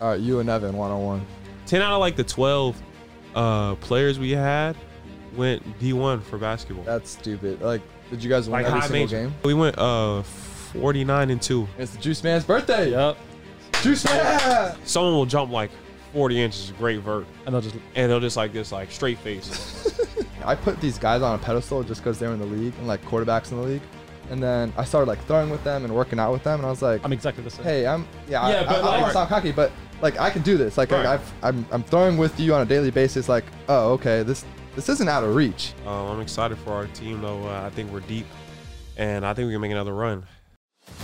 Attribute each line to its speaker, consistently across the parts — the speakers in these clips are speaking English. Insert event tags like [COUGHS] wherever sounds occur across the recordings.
Speaker 1: All right, you and Evan one on one.
Speaker 2: 10 out of like the 12 uh, players we had went D1 for basketball.
Speaker 1: That's stupid. Like, did you guys win
Speaker 2: Like
Speaker 1: every
Speaker 2: high
Speaker 1: single
Speaker 2: major.
Speaker 1: game?
Speaker 2: We went uh 49 and 2.
Speaker 1: It's the Juice Man's birthday.
Speaker 3: Yep.
Speaker 1: Juice Man.
Speaker 2: Someone will jump like 40 inches, great vert,
Speaker 3: And they'll just
Speaker 2: and they'll just like this like straight face. [LAUGHS]
Speaker 1: I put these guys on a pedestal just because they were in the league and like quarterbacks in the league, and then I started like throwing with them and working out with them, and I was like,
Speaker 3: I'm exactly the same.
Speaker 1: hey, I'm yeah,
Speaker 3: Yeah,
Speaker 1: I,
Speaker 3: but
Speaker 1: I, I
Speaker 3: like-
Speaker 1: sound cocky, but like I can do this. Like, like,
Speaker 2: Right.
Speaker 1: I've, I'm I'm throwing with you on a daily basis. Like, oh okay, this this isn't out of reach.
Speaker 2: Um, I'm excited for our team though. Uh, I think we're deep, and I think we can make another run.
Speaker 4: Sees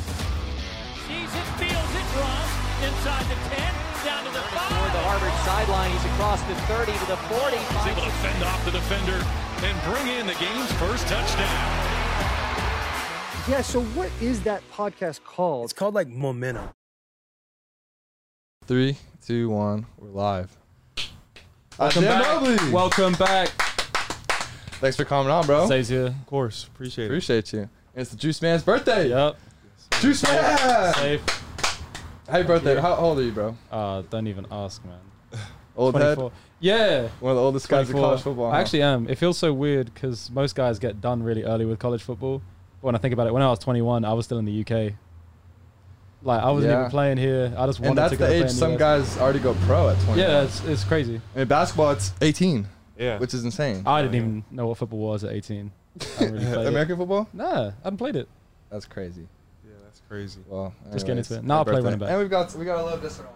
Speaker 4: it, feels it, runs inside the 10, down to the 5.
Speaker 5: Toward the Harvard sideline, he's across the 30 to the 40.
Speaker 6: He's able to fend off the defender and bring in the game's first touchdown.
Speaker 7: Yeah, so what is that podcast called?
Speaker 8: It's called like momentum.
Speaker 1: Three, two, one, we're live.
Speaker 3: Welcome
Speaker 1: Isaiah
Speaker 3: back.
Speaker 1: Mobley. Oh.
Speaker 3: Welcome back.
Speaker 1: Thanks for coming on, bro.
Speaker 3: Zay's here.
Speaker 2: Of course, appreciate it.
Speaker 1: Appreciate you. It's the Juice Man's birthday.
Speaker 3: Yep.
Speaker 1: Juice Man.
Speaker 3: Safe.
Speaker 1: Happy birthday. How old are you, bro?
Speaker 3: Uh, don't even ask, man.
Speaker 1: Old head.
Speaker 3: 24. Yeah.
Speaker 1: One of the oldest guys in
Speaker 3: 24.
Speaker 1: college football.
Speaker 3: I
Speaker 1: huh?
Speaker 3: actually am. It feels so weird because most guys get done really early with college football. But when I think about it, when I was 21, I was still in the UK. Like I wasn't
Speaker 1: Yeah.
Speaker 3: even playing here. I just wanted
Speaker 1: and that's
Speaker 3: to go
Speaker 1: the
Speaker 3: play
Speaker 1: age
Speaker 3: in
Speaker 1: some
Speaker 3: US.
Speaker 1: guys already go pro at 20.
Speaker 3: Yeah, it's, it's crazy.
Speaker 1: In basketball, it's 18,
Speaker 2: Yeah.
Speaker 1: which is insane.
Speaker 3: I didn't even know what football was at 18. I
Speaker 1: [LAUGHS]
Speaker 3: haven't really played it.
Speaker 1: American football?
Speaker 3: Nah, I haven't played it.
Speaker 1: That's crazy.
Speaker 2: yeah, that's crazy.
Speaker 1: Well,
Speaker 3: Just getting
Speaker 1: anyways,
Speaker 3: into it. Now I'll
Speaker 1: happy
Speaker 3: play when I'm
Speaker 1: birthday.
Speaker 3: back.
Speaker 1: And we've got we got a little disarm.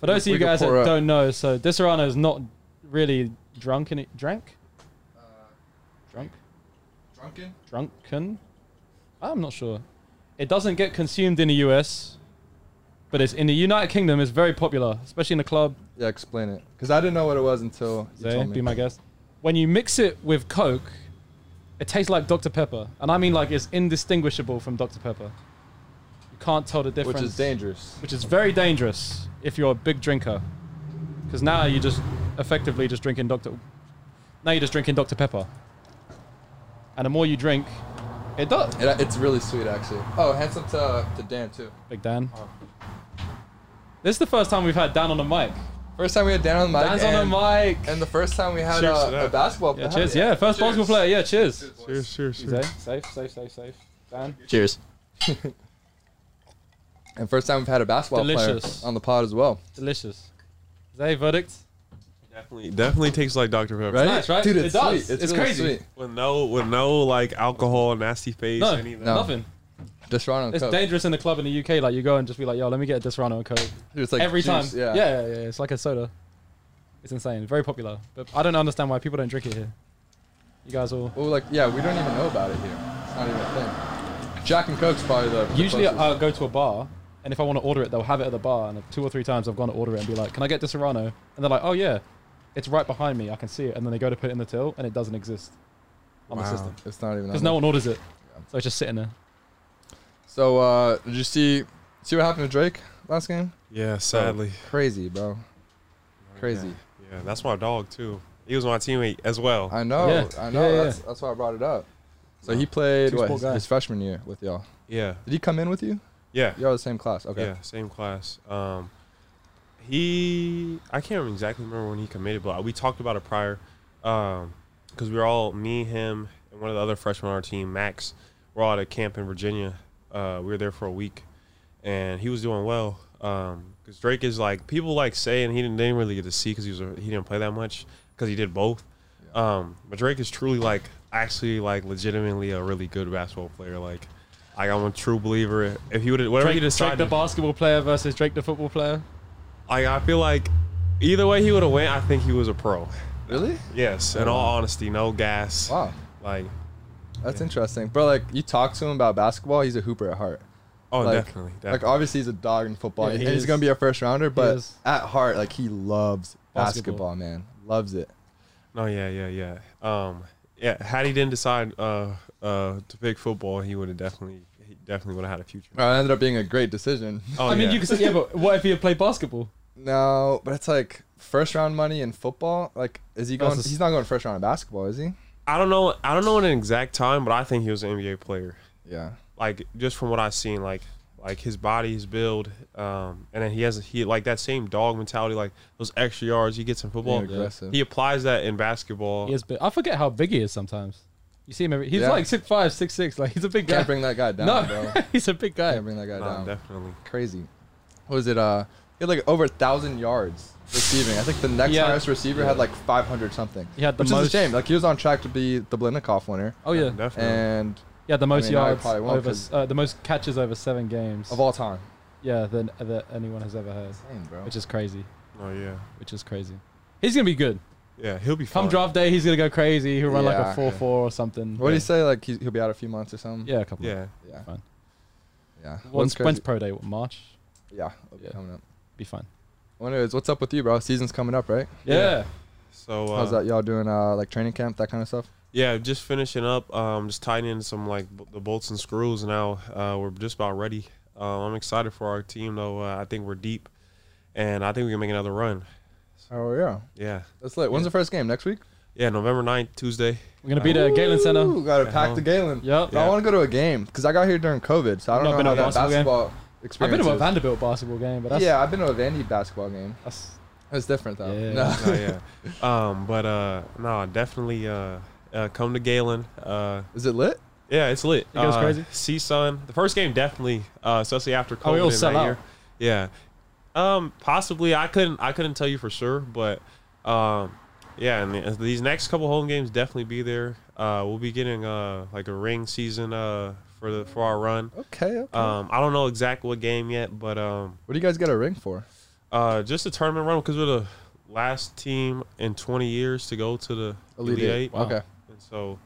Speaker 3: For those of
Speaker 1: We
Speaker 3: you
Speaker 1: can
Speaker 3: guys that
Speaker 1: pour up.
Speaker 3: don't know, so Disarano is not really drunk in it. Drank?
Speaker 1: Uh,
Speaker 3: Drunk?
Speaker 1: Drunken?
Speaker 3: Drunken? I'm not sure. It doesn't get consumed in the US, but it's in the United Kingdom. It's very popular, especially in the club.
Speaker 1: Yeah, explain it. Because I didn't know what it was until you
Speaker 3: Zay,
Speaker 1: told me.
Speaker 3: be my guest. When you mix it with Coke, it tastes like Dr Pepper, and I mean like it's indistinguishable from Dr Pepper. You can't tell the difference.
Speaker 1: Which is dangerous.
Speaker 3: which is very dangerous if you're a big drinker, because now you're just effectively just drinking Dr. Now you're just drinking Dr Pepper, and the more you drink, it does.
Speaker 1: It, it's really sweet, actually. Oh, handsome to, to Dan, too.
Speaker 3: Big Dan, this is the first time we've had Dan on the mic.
Speaker 1: First time we had Dan on the mic.
Speaker 3: Dan's
Speaker 1: and,
Speaker 3: on the mic.
Speaker 1: And the first time we had
Speaker 2: Cheers to
Speaker 1: uh,
Speaker 2: that.
Speaker 1: a basketball
Speaker 3: yeah,
Speaker 1: player.
Speaker 3: cheers. Yeah, first basketball player. Yeah, cheers.
Speaker 2: Cheers, cheers,
Speaker 3: Zay,
Speaker 2: cheers.
Speaker 3: safe, safe, safe, safe. Dan,
Speaker 8: Cheers.
Speaker 1: [LAUGHS] And first time we've had a basketball
Speaker 3: Delicious.
Speaker 1: player on the pod as well.
Speaker 3: delicious. Zay, verdict.
Speaker 2: Definitely, definitely tastes like Dr Pepper.
Speaker 1: Right?
Speaker 3: nice, right?
Speaker 1: Dude,
Speaker 3: It
Speaker 1: it's
Speaker 3: does.
Speaker 1: sweet. It's,
Speaker 3: It's
Speaker 1: really
Speaker 3: crazy.
Speaker 1: sweet.
Speaker 2: With no, with no like alcohol, nasty face,
Speaker 3: No,
Speaker 2: anything.
Speaker 1: No.
Speaker 3: nothing.
Speaker 1: Deshaun and
Speaker 3: It's
Speaker 1: Coke.
Speaker 3: dangerous in the club in the UK. Like you go and just be like, yo, let me get a Desirano and Coke.
Speaker 1: Dude, it's like
Speaker 3: every
Speaker 1: juice,
Speaker 3: time. Yeah. yeah, yeah, It's like a soda. It's insane. Very popular. But I don't understand why people don't drink it here. You guys all.
Speaker 1: Well, like, yeah, we don't even know about it here. It's not even a thing. Jack and Coke's probably the. the
Speaker 3: Usually uh,
Speaker 1: closest.
Speaker 3: I'll go to a bar, and if I want to order it, they'll have it at the bar. And two or three times I've gone to order it and be like, can I get the Serrano? And they're like, oh, yeah. It's right behind me. I can see it. And then they go to put it in the till, and it doesn't exist on the system.
Speaker 1: It's not even.
Speaker 3: Because
Speaker 1: on
Speaker 3: no
Speaker 1: there.
Speaker 3: one orders it. So it's just sitting there.
Speaker 1: So uh, did you see see what happened to Drake last game?
Speaker 2: Yeah, sadly.
Speaker 1: Crazy, bro. Crazy.
Speaker 2: Yeah, that's my dog too. He was my teammate as well.
Speaker 1: I know.
Speaker 3: Yeah.
Speaker 1: I know.
Speaker 3: Yeah, yeah,
Speaker 1: that's that's why I brought it up. So he played what,
Speaker 3: Two-sport
Speaker 1: his,
Speaker 3: guy.
Speaker 1: his freshman year with y'all.
Speaker 2: yeah,
Speaker 1: Did he come in with you?
Speaker 2: yeah,
Speaker 1: Y'all were the same class. Okay.
Speaker 2: yeah. Same class. Um, he, I can't exactly remember when he committed, but we talked about it prior, um, because we were all me, him, and one of the other freshmen on our team, Max. We're all at a camp in Virginia. Uh, we were there for a week, and he was doing well. Um, because Drake is like people like saying he didn't, they didn't really get to see because he was a, he didn't play that much because he did both. Um, but Drake is truly like actually like legitimately a really good basketball player. Like, like I'm a true believer. If he would whatever
Speaker 3: Drake,
Speaker 2: he
Speaker 3: Drake
Speaker 2: decided,
Speaker 3: the basketball player versus Drake the football player.
Speaker 2: like I feel like either way he would have went. I think he was a pro.
Speaker 1: Really?
Speaker 2: Yes, in all honesty, no gas.
Speaker 1: Wow.
Speaker 2: Like,
Speaker 1: That's interesting, bro. Like you talk to him about basketball, he's a hooper at heart.
Speaker 2: oh,
Speaker 1: like,
Speaker 2: definitely,
Speaker 1: Like
Speaker 2: definitely.
Speaker 1: obviously he's a dog in football,
Speaker 3: Yeah, he
Speaker 1: and he's
Speaker 3: is.
Speaker 1: gonna be a first rounder. But
Speaker 3: is.
Speaker 1: at heart, like he loves basketball,
Speaker 3: Basketball.
Speaker 1: man. Loves it.
Speaker 2: no, yeah, yeah, yeah. Um, yeah. Had he didn't decide uh uh to pick football, he would have definitely he definitely would have had a future.
Speaker 1: Uh, it ended up being a great decision.
Speaker 2: Oh,
Speaker 3: I mean,
Speaker 2: yeah.
Speaker 3: you could say, yeah, but what if he had played basketball?
Speaker 1: [LAUGHS] No, but it's like first round money in football. Like, is he going?
Speaker 3: That's a s-
Speaker 1: he's not going first round in basketball, is he?
Speaker 2: I don't know. I don't know an exact time, but I think he was an NBA player.
Speaker 1: Yeah.
Speaker 2: Like just from what I've seen, like like his body, his build, um, and then he has he like that same dog mentality, like those extra yards he gets in football.
Speaker 1: Being aggressive.
Speaker 2: He applies that in basketball.
Speaker 3: He is big. I forget how big he is sometimes. You see him every. He's
Speaker 1: Yeah.
Speaker 3: like six five, six six. Like he's a big guy.
Speaker 1: Can't bring that guy down,
Speaker 3: no,
Speaker 1: [LAUGHS]
Speaker 3: [LAUGHS]
Speaker 1: bro.
Speaker 3: he's a big guy.
Speaker 1: Can't bring that guy
Speaker 2: Nah,
Speaker 1: down.
Speaker 2: definitely.
Speaker 1: Crazy. What was it? Uh, he had like over a thousand yards receiving. I think the next
Speaker 3: Yeah.
Speaker 1: highest receiver had like 500 something.
Speaker 3: He had the
Speaker 1: which is a
Speaker 3: most-
Speaker 1: shame. Like he was on track to be the Blinnikoff winner,
Speaker 3: Oh yeah,
Speaker 2: Definitely.
Speaker 1: and
Speaker 3: yeah. The most
Speaker 1: mean, now he
Speaker 3: yards
Speaker 1: probably won't
Speaker 3: over,
Speaker 1: 'cause-
Speaker 3: uh, the most catches over seven games.
Speaker 1: of all time.
Speaker 3: yeah, than uh, that anyone has ever had,
Speaker 1: Dang, bro.
Speaker 3: which is crazy.
Speaker 2: oh yeah,
Speaker 3: Which is crazy. He's gonna be good.
Speaker 2: yeah. He'll be
Speaker 3: Come
Speaker 2: fine.
Speaker 3: draft day, he's gonna go crazy. He'll run like
Speaker 1: Yeah.
Speaker 3: a four four or something.
Speaker 1: What do
Speaker 3: yeah.
Speaker 1: you say? Like he, he'll be out a few months or something.
Speaker 3: Yeah, a couple.
Speaker 2: Yeah,
Speaker 1: Yeah.
Speaker 3: Fine.
Speaker 1: Yeah.
Speaker 3: When's,
Speaker 1: What's crazy-
Speaker 3: when's pro day? What, March?
Speaker 1: Yeah. it'll be
Speaker 3: Yeah.
Speaker 1: Coming up.
Speaker 3: Be fine.
Speaker 1: Well, anyways, what's up with you, bro? Season's coming up, right?
Speaker 3: Yeah.
Speaker 2: so uh,
Speaker 1: How's that? Y'all doing uh like training camp, that kind of stuff?
Speaker 2: Yeah, just finishing up. Um, just tying in some like b- the bolts and screws now. Uh, we're just about ready. Um, I'm excited for our team though. Uh, I think we're deep, and I think we can make another run.
Speaker 1: Oh yeah.
Speaker 2: Yeah,
Speaker 1: That's lit. When's the first game? Next week?
Speaker 2: yeah. November 9th, Tuesday.
Speaker 3: We're gonna be there at uh, Galen Center.
Speaker 1: Ooh, gotta
Speaker 2: At
Speaker 1: pack
Speaker 2: home.
Speaker 1: the Galen.
Speaker 3: Yep.
Speaker 1: But I want to go to a game because I got here during COVID, so I don't
Speaker 3: Not been
Speaker 1: know how
Speaker 3: to a
Speaker 1: that
Speaker 3: basketball game?
Speaker 1: basketball
Speaker 3: I've
Speaker 1: experience.
Speaker 3: been to a
Speaker 1: is.
Speaker 3: Vanderbilt basketball game, but that's
Speaker 1: yeah, I've been to a Vandy basketball game.
Speaker 3: that's
Speaker 1: It's different though.
Speaker 3: Yeah.
Speaker 1: No.
Speaker 2: No, yeah. Um, but uh, no, definitely uh, uh, come to Galen. Uh,
Speaker 1: [LAUGHS] Is it lit?
Speaker 2: yeah, it's lit.
Speaker 3: It goes
Speaker 2: uh,
Speaker 3: crazy?
Speaker 2: See sun. The first game definitely, uh, especially after COVID.
Speaker 3: Oh, it'll
Speaker 2: and
Speaker 3: sell
Speaker 2: that
Speaker 3: out.
Speaker 2: year. Yeah. Um, possibly. I couldn't. I couldn't tell you for sure, but um, yeah. And the- these next couple home games definitely be there. Uh, we'll be getting uh like a ring season uh for the for our run.
Speaker 1: Okay. okay.
Speaker 3: Uh,
Speaker 2: Um, I don't know exact what game yet, but um,
Speaker 1: what do you guys get a ring for?
Speaker 2: uh, just a tournament run because we're the last team in 20 years to go to the Elite, Eight.
Speaker 3: Wow.
Speaker 1: Okay.
Speaker 2: And so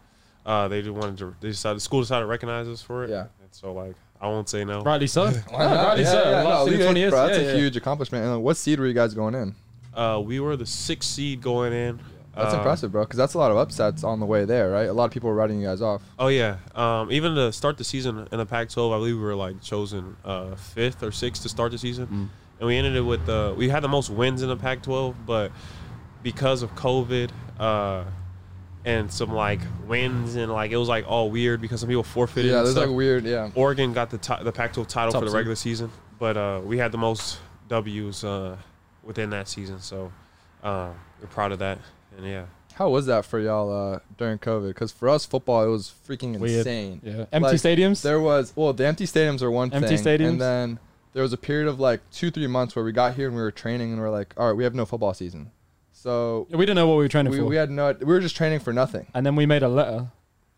Speaker 2: uh, they just wanted to, they decided, the school decided to recognize us for it.
Speaker 1: Yeah.
Speaker 2: And so, like, I won't say no.
Speaker 3: rightly so. No,
Speaker 1: Why not?
Speaker 3: rightly so. Last
Speaker 1: no,
Speaker 3: team
Speaker 1: Elite
Speaker 3: in
Speaker 1: Eight,
Speaker 3: 20 years.
Speaker 1: bro,
Speaker 3: Yeah,
Speaker 1: that's
Speaker 3: yeah.
Speaker 1: a huge accomplishment. And uh, what seed were you guys going in?
Speaker 2: Uh, we were the sixth seed going in.
Speaker 1: That's
Speaker 2: Uh,
Speaker 1: impressive, bro. Because that's a lot of upsets on the way there, right? A lot of people were writing you guys off.
Speaker 2: Oh, yeah. Um, even to start the season in the Pac 12, I believe we were, like, chosen uh, fifth or sixth to start the season.
Speaker 1: Mm.
Speaker 2: And we ended it with, uh, we had the most wins in the Pac 12, but because of COVID, uh, and some like wins and like it was like all weird because some people forfeited.
Speaker 1: Yeah,
Speaker 2: and
Speaker 1: there's
Speaker 2: stuff.
Speaker 1: like weird. Yeah.
Speaker 2: Oregon got the ti- the Pac-12 title
Speaker 3: Top
Speaker 2: for the
Speaker 3: seed.
Speaker 2: regular season, but uh, we had the most W's uh, within that season, so um, we're proud of that. And yeah,
Speaker 1: How was that for y'all uh, during COVID? Because for us, football it was freaking
Speaker 3: Weird.
Speaker 1: insane.
Speaker 3: Yeah. Empty
Speaker 1: Like,
Speaker 3: stadiums.
Speaker 1: There was well, the empty stadiums are one
Speaker 3: Empty
Speaker 1: thing,
Speaker 3: stadiums?
Speaker 1: and then there was a period of like two, three months where we got here and we were training and we are like, all right, we have no football season, so
Speaker 3: we didn't know what we were training
Speaker 1: we,
Speaker 3: for.
Speaker 1: we had no, we were just training for nothing.
Speaker 3: and then we made a letter.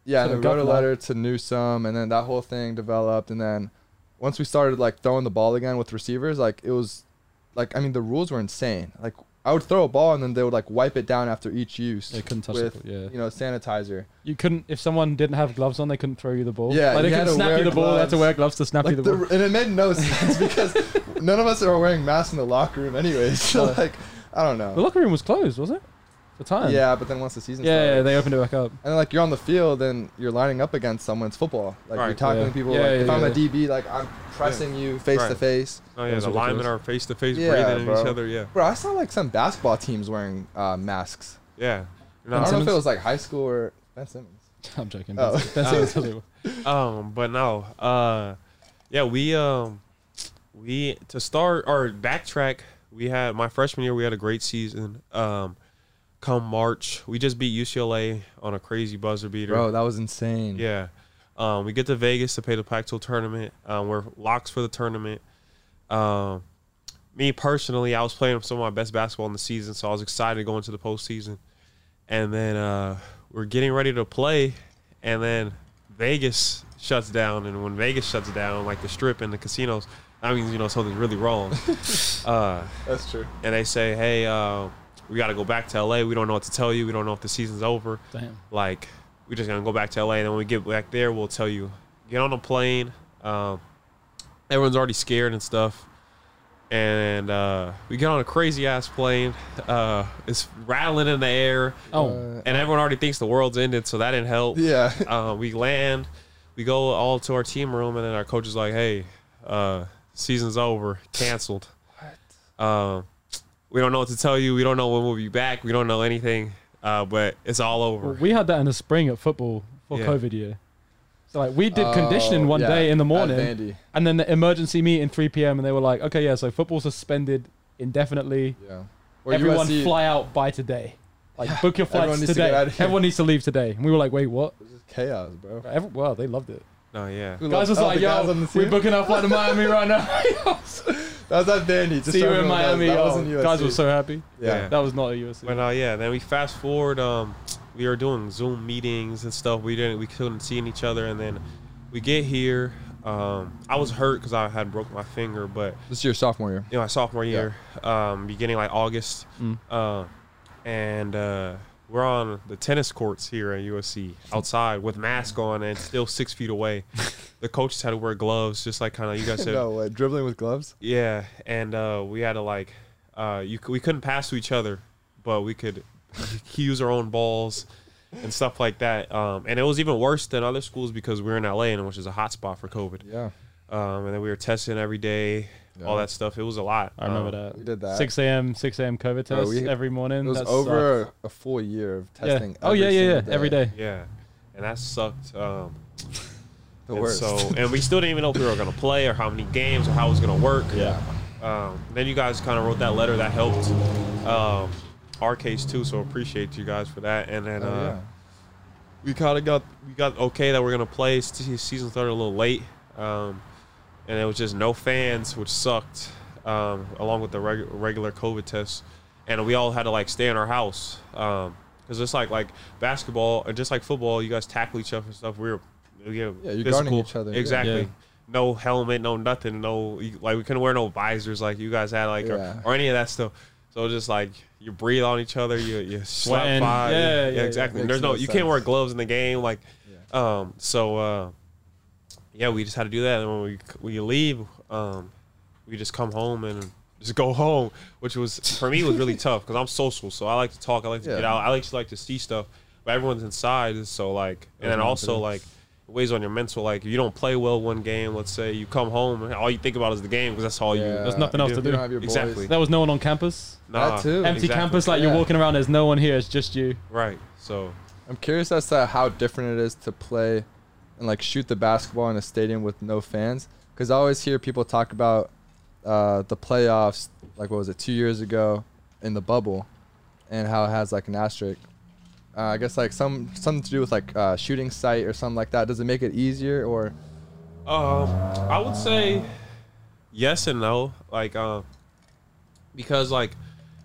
Speaker 1: Yeah,
Speaker 3: So
Speaker 1: and we
Speaker 3: gut
Speaker 1: wrote a
Speaker 3: luck.
Speaker 1: letter to Newsom, and then that whole thing developed, and then once we started like throwing the ball again with receivers, like it was, like I mean the rules were insane. Like I would throw a ball and then they would like wipe it down after each use.
Speaker 3: They couldn't touch the
Speaker 1: with
Speaker 3: ball, yeah.
Speaker 1: you know sanitizer.
Speaker 3: You couldn't if someone didn't have gloves on, they couldn't throw you the ball.
Speaker 1: Yeah,
Speaker 3: like, they
Speaker 1: you had to
Speaker 3: couldn't snap you
Speaker 1: wear
Speaker 3: the ball. They had to
Speaker 1: gloves.
Speaker 3: wear gloves to snap
Speaker 1: Like
Speaker 3: you the
Speaker 1: the,
Speaker 3: ball.
Speaker 1: and it made no [LAUGHS] sense because none of us are wearing masks in the locker room anyways. [LAUGHS] So
Speaker 3: Uh.
Speaker 1: like, I don't
Speaker 3: The
Speaker 1: know.
Speaker 3: locker room was closed, was it? The time.
Speaker 1: Yeah, but then once the season
Speaker 3: Yeah, yeah,
Speaker 1: started,
Speaker 3: they opened it back up. [LAUGHS]
Speaker 1: and then, like you're on the field and you're lining up against someone. It's football. Like you're
Speaker 2: Right.
Speaker 1: talking
Speaker 3: Yeah.
Speaker 1: to people.
Speaker 3: Yeah,
Speaker 1: like,
Speaker 3: yeah,
Speaker 1: if I'm
Speaker 3: yeah.
Speaker 1: a DB, like I'm pressing you face to
Speaker 2: Right.
Speaker 1: face.
Speaker 2: oh yeah,
Speaker 1: That's
Speaker 2: the
Speaker 1: what it
Speaker 2: linemen
Speaker 1: was.
Speaker 2: are face to face
Speaker 1: Yeah,
Speaker 2: breathing at each
Speaker 1: bro.
Speaker 2: other. Yeah,
Speaker 1: Bro, I saw like some basketball teams wearing uh, masks.
Speaker 2: yeah.
Speaker 1: I don't
Speaker 2: No,
Speaker 1: know if it was like high school or Ben Simmons.
Speaker 3: I'm joking.
Speaker 1: Oh.
Speaker 3: That's,
Speaker 1: [LAUGHS]
Speaker 3: that's totally-
Speaker 2: um, but no, uh, yeah, we um, we to start or backtrack. We had my freshman year. We had a great season. Um, come March, we just beat UCLA on a crazy buzzer beater.
Speaker 1: Bro, that was insane.
Speaker 2: Yeah. Um, we get to Vegas to play the Pac-12 tournament. Um, we're locks for the tournament. Um, me personally, I was playing some of my best basketball in the season, so I was excited going to the postseason. And then uh, we're getting ready to play, and then Vegas shuts down. And when Vegas shuts down, like the strip and the casinos, I mean, you know, something's really wrong. uh,
Speaker 1: that's true.
Speaker 2: and they say, "Hey, uh, we got to go back to LA. We don't know what to tell you. We don't know if the season's over.
Speaker 3: Damn.
Speaker 2: Like, we're just gonna go back to LA, and then when we get back there, we'll tell you. Get on a plane. Um, everyone's already scared and stuff. And uh, we get on a crazy ass plane. Uh, it's rattling in the air,
Speaker 3: Oh,
Speaker 2: and everyone already thinks the world's ended, so that didn't help.
Speaker 1: Uh,
Speaker 3: [LAUGHS]
Speaker 1: Yeah.
Speaker 2: Uh, we land, we go all to our team room, and then our coach is like, "Hey, uh, season's over, canceled. Um, we don't know what to tell you. We don't know when we'll be back. We don't know anything. Uh, but it's all over.
Speaker 3: well, we had that in the spring at football for
Speaker 2: Yeah.
Speaker 3: COVID year. So like we did conditioning
Speaker 1: Oh,
Speaker 3: one
Speaker 1: yeah,
Speaker 3: day in the
Speaker 1: at
Speaker 3: morning,
Speaker 1: Vandy.
Speaker 3: and then the emergency meeting 3 p.m. and they were like, okay, yeah, so football suspended indefinitely.
Speaker 1: Yeah.
Speaker 3: everyone
Speaker 1: USC
Speaker 3: fly out by today. Like book your
Speaker 1: [SIGHS] everyone
Speaker 3: flights
Speaker 1: needs to
Speaker 3: today.
Speaker 1: get out of here.
Speaker 3: everyone needs to leave today. And we were like, wait, what?
Speaker 1: is chaos, bro. [LAUGHS]
Speaker 3: Every, well, they loved it.
Speaker 2: No, yeah.
Speaker 1: Who
Speaker 3: Guys
Speaker 1: loves-
Speaker 3: was
Speaker 1: oh,
Speaker 3: like,
Speaker 1: the guys
Speaker 3: yo,
Speaker 1: on the
Speaker 3: we're
Speaker 1: team?
Speaker 3: booking our flight to Miami right
Speaker 1: [LAUGHS]
Speaker 3: now. [LAUGHS]
Speaker 1: That was at Vandy. Just
Speaker 3: See
Speaker 1: so
Speaker 3: you in
Speaker 1: everyone knows,
Speaker 3: Miami.
Speaker 1: That
Speaker 3: yo.
Speaker 1: wasn't USC.
Speaker 3: Guys were so happy.
Speaker 1: yeah.
Speaker 3: That was not a USC.
Speaker 2: But uh, yeah, then we fast forward. Um, we were doing Zoom meetings and stuff. We didn't, we couldn't see each other, and then we get here. Um, I was hurt because I had broke my finger, but
Speaker 1: This is your sophomore year.
Speaker 2: you know, my sophomore year, um, beginning like August, uh, and uh, we're on the tennis courts here at USC outside with mask on and still six feet away. the coaches had to wear gloves, just like kind of you guys
Speaker 1: [LAUGHS]
Speaker 2: said.
Speaker 1: No way. Dribbling with gloves.
Speaker 2: Yeah, and uh, we had to like, uh, you c- we couldn't pass to each other, but we could [LAUGHS] use our own balls and stuff like that. Um, and it was even worse than other schools because we were in LA, and which is a hot spot for COVID.
Speaker 1: Yeah.
Speaker 2: Um, and then we were testing every day, all
Speaker 1: Yeah.
Speaker 2: that stuff. It was a lot.
Speaker 3: I remember
Speaker 2: Um,
Speaker 3: that.
Speaker 1: we Oh, did that.
Speaker 3: 6 a.m. 6 a.m. COVID
Speaker 1: Bro,
Speaker 3: test
Speaker 1: we-
Speaker 3: every morning.
Speaker 1: It was
Speaker 3: That
Speaker 1: over
Speaker 3: sucked.
Speaker 1: a, a full year of
Speaker 3: Yeah.
Speaker 1: testing.
Speaker 3: Oh yeah,
Speaker 1: every
Speaker 3: yeah, yeah.
Speaker 1: single
Speaker 3: Every day.
Speaker 2: Yeah, and that sucked. Um,
Speaker 1: The
Speaker 2: and
Speaker 1: [LAUGHS] worst.
Speaker 2: So, and we still didn't even know if we were gonna play or how many games or how it was gonna work. Yeah. Um, then you guys kind of wrote that letter that helped um, our case too. So appreciate you guys for that. And then
Speaker 1: Oh,
Speaker 2: uh,
Speaker 1: yeah.
Speaker 2: we kind of got we got okay that we're gonna play. Se- Season started a little late, um, and it was just no fans, which sucked, um, along with the reg- regular COVID tests, and we all had to like stay in our house because just like like basketball or just like football, you guys tackle each other and stuff. We were we were
Speaker 1: Yeah, you're
Speaker 2: physical.
Speaker 1: guarding each other.
Speaker 2: exactly.
Speaker 3: Yeah.
Speaker 2: No helmet, no nothing, no you- like we couldn't wear no visors like you guys had like
Speaker 1: Yeah.
Speaker 2: or, or any of that stuff. So it was just like you breathe on each other, you
Speaker 1: [LAUGHS]
Speaker 2: you slap
Speaker 3: Sweating.
Speaker 2: by,
Speaker 3: Yeah, yeah, yeah.
Speaker 2: exactly.
Speaker 1: Makes
Speaker 2: There's no,
Speaker 1: no
Speaker 2: you can't
Speaker 1: sense.
Speaker 2: wear gloves in the game, like, um. So uh, yeah, we just had to do that. And when we we leave, um, we just come home and just go home, which was for me
Speaker 1: [LAUGHS]
Speaker 2: was really tough because I'm social, so I like to talk, I like to
Speaker 1: Yeah.
Speaker 2: get out, I like to like to see stuff, but everyone's inside, and so like, and then also like. it Weighs on your mental. Like if you don't play well one game, let's say you come home and all you think about is the game because that's all you.
Speaker 1: Yeah.
Speaker 2: That's
Speaker 3: There's nothing
Speaker 1: You
Speaker 3: else to
Speaker 1: don't-
Speaker 3: do.
Speaker 1: You don't have your boys.
Speaker 2: Exactly.
Speaker 3: There was no one on campus.
Speaker 2: nah,
Speaker 1: That too.
Speaker 3: Empty
Speaker 2: exactly.
Speaker 3: campus. Like
Speaker 1: Yeah.
Speaker 3: you're walking around. There's no one here. It's just you.
Speaker 2: Right. So
Speaker 1: I'm curious as to how different it is to play and like shoot the basketball in a stadium with no fans. Because I always hear people talk about uh, the playoffs, like what was it, two years ago in the bubble, and how it has like an asterisk. Uh, I guess like some something to do with like uh, shooting sight or something like that. Does it make it easier or
Speaker 2: Um, I would say yes and no. Like, um, because like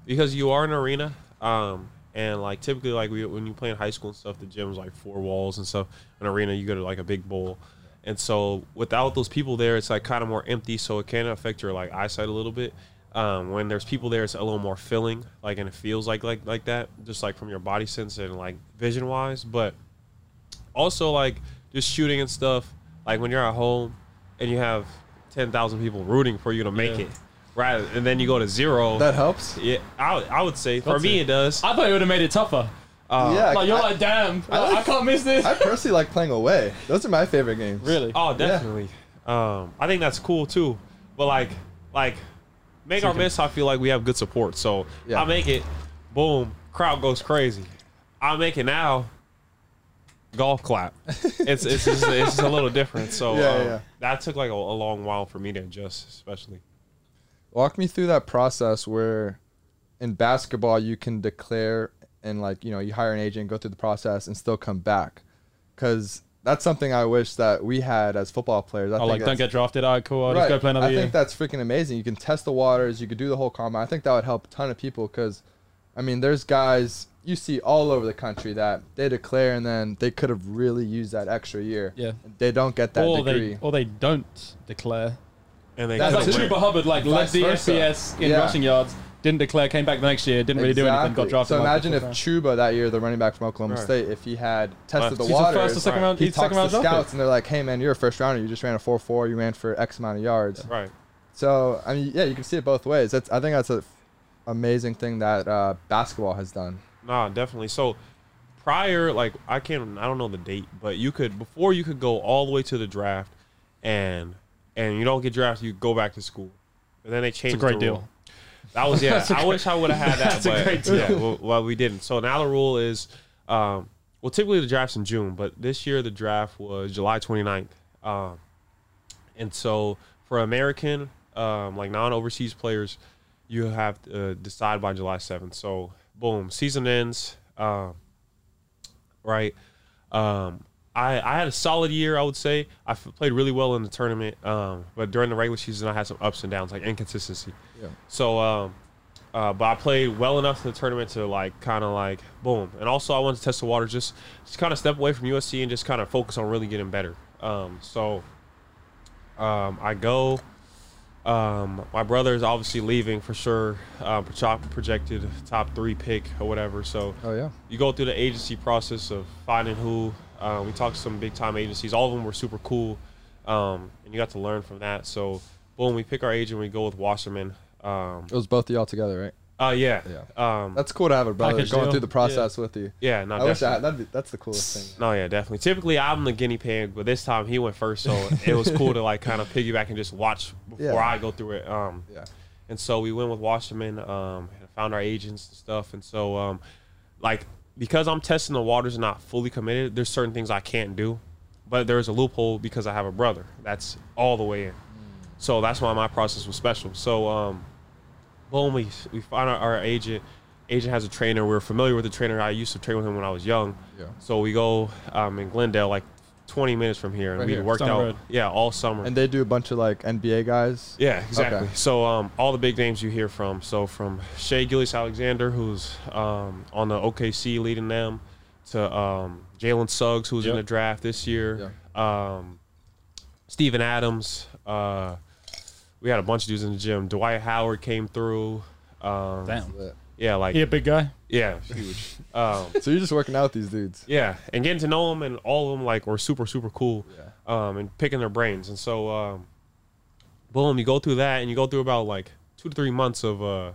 Speaker 2: because you are an arena, um, and like typically like we, when you play in high school and stuff, the gym's like four walls and stuff. An arena, you go to like a big bowl, and so without those people there, it's like kind of more empty. So it can affect your like eyesight a little bit. Um, when there's people there, it's a little more filling, like and it feels like like like that, just like from your body sense and like vision wise, but also like just shooting and stuff. Like when you're at home and you have ten thousand people rooting for you to make
Speaker 3: Yeah.
Speaker 2: it, right? And then you go to zero.
Speaker 1: that helps?
Speaker 2: yeah, I, would- I would say for
Speaker 3: Got
Speaker 2: me
Speaker 3: to.
Speaker 2: it does.
Speaker 3: I thought it would have made it tougher.
Speaker 2: Uh,
Speaker 1: yeah,
Speaker 3: Like you're
Speaker 1: I,
Speaker 3: like, damn, I,
Speaker 1: like-
Speaker 3: I can't miss this.
Speaker 1: I personally like playing away. Those are my favorite games.
Speaker 3: really?
Speaker 2: Oh, definitely. Um, I think that's cool too. But like, like, make or miss, I feel like we have good support. So
Speaker 1: Yeah.
Speaker 2: I make it, boom, crowd goes crazy. I make it now, golf
Speaker 3: [LAUGHS]
Speaker 2: clap. it's it's just, it's just a little different. So
Speaker 1: Yeah,
Speaker 2: um,
Speaker 1: yeah.
Speaker 2: that took like a, a long while for me to adjust, especially.
Speaker 1: walk me through that process where in basketball you can declare and like you know you hire an agent go through the process and still come back because that's something i wish that we had as football players i
Speaker 3: Oh, like don't
Speaker 1: that's-
Speaker 3: get drafted. All right, cool. I'll just
Speaker 1: Right.
Speaker 3: go play another
Speaker 1: i
Speaker 3: year.
Speaker 1: think that's freaking amazing you can test the waters you could do the whole combo i think that would help a ton of people because i mean there's guys you see all over the country that they declare and then they could have really used that extra year
Speaker 3: Yeah.
Speaker 1: they don't get that
Speaker 3: or
Speaker 1: degree
Speaker 3: they or they don't declare.
Speaker 2: And they
Speaker 3: That's
Speaker 1: That's
Speaker 3: like
Speaker 1: it.
Speaker 3: Chuba Hubbard, like led
Speaker 1: Vice
Speaker 3: the
Speaker 1: versa.
Speaker 3: FBS in
Speaker 1: Yeah.
Speaker 3: rushing yards, didn't declare, came back the next year, didn't really do anything, got
Speaker 1: Exactly.
Speaker 3: drafted.
Speaker 1: So
Speaker 3: like
Speaker 1: imagine
Speaker 3: the
Speaker 1: if
Speaker 3: fourth round.
Speaker 1: Chuba that year, the running back from Oklahoma
Speaker 2: Right.
Speaker 1: State, if he had tested the
Speaker 2: He's the
Speaker 1: waters,
Speaker 3: first or second round,
Speaker 1: he
Speaker 3: he's
Speaker 1: talks
Speaker 3: second round
Speaker 1: to
Speaker 3: draft
Speaker 1: scouts
Speaker 3: pick.
Speaker 1: and they're like, "Hey man, you're a first rounder. You just ran a four four. You ran for X amount of yards."
Speaker 2: right.
Speaker 1: So I mean, yeah, you can see it both ways. That's I think that's an amazing thing that uh, basketball has done.
Speaker 2: Nah, definitely. So prior, like I can't, I don't know the date, but you could before you could go all the way to the draft, and and you don't get drafted, you go back to school, and then they changed.
Speaker 3: great
Speaker 2: the rule.
Speaker 3: deal.
Speaker 2: That was
Speaker 3: [LAUGHS]
Speaker 2: yeah. I wish I would have had that.
Speaker 3: a
Speaker 2: but,
Speaker 3: great deal.
Speaker 2: Yeah, well, well, we didn't. So now the rule is, um, Well, typically the draft's in June, but this year the draft was July 29th. Um, and so for American, um, like non overseas players, you have to uh, decide by July 7th. So, boom, season ends, um, right? Um, I, I had a solid year, I would say. I f- played really well in the tournament, um, but during the regular season, I had some ups and downs, like inconsistency.
Speaker 1: Yeah.
Speaker 2: So, um, uh, but I played well enough in the tournament to like kind of like boom. And also, I wanted to test the waters, just just kind of step away from USC and just kind of focus on really getting better. Um, so, um, I go. Um, my brother is obviously leaving for sure. Um, projo- projected top three pick or whatever. So
Speaker 1: Oh yeah.
Speaker 2: you go through the agency process of finding who. Uh, we talked to some big time agencies. All of them were super cool, um, and you got to learn from that. So boom, we pick our agent. We go with Wasserman. Um,
Speaker 1: It was both of y'all together, right?
Speaker 2: uh, yeah. Yeah. Um,
Speaker 1: That's cool to have a brother
Speaker 3: Package
Speaker 1: going
Speaker 3: deal.
Speaker 1: through the process with you.
Speaker 2: yeah. No,
Speaker 1: I wish I
Speaker 2: definitely.
Speaker 1: had, that'd be, that's the coolest thing.
Speaker 2: No, yeah, definitely. Typically, I'm the guinea pig, but this time he went
Speaker 1: [LAUGHS]
Speaker 2: first, so it was cool to like kind of piggyback and just watch before
Speaker 1: Yeah.
Speaker 2: I go through it. Um,
Speaker 1: Yeah.
Speaker 2: and so we went with Wasserman um, and found our agents and stuff. And so, um, like, because I'm testing the waters and not fully committed, there's certain things I can't do. But there is a loophole because I have a brother. That's all the way in. So that's why my process was special. So, um, boom, we, we find our, our agent. Agent has a trainer. We're familiar with the trainer. I used to train with him when I was young.
Speaker 1: Yeah.
Speaker 2: So we go um, in Glendale, like 20 minutes from here, and
Speaker 1: Right
Speaker 2: we
Speaker 1: here,
Speaker 2: worked
Speaker 3: Stone
Speaker 2: out.
Speaker 3: Road.
Speaker 2: Yeah, all summer.
Speaker 1: And they do a bunch of like NBA guys.
Speaker 2: Yeah, exactly.
Speaker 1: Okay.
Speaker 2: So um, all the big names you hear from. So from Shea Gillis Alexander, who's um, on the OKC leading them, to um, Jalen Suggs, who's in
Speaker 3: Yep.
Speaker 2: the draft this year. Um, Steven Adams. Uh, we had a bunch of dudes in the gym. Dwight Howard came through. Um,
Speaker 3: Damn.
Speaker 1: Lit.
Speaker 2: Yeah, like
Speaker 3: He a big guy.
Speaker 2: yeah, huge. um,
Speaker 1: So you're just working out with these dudes.
Speaker 2: yeah, and getting to know them and all of them like were super super cool, um, and picking their brains. And so, um, boom, you go through that, and you go through about like two to three months of uh,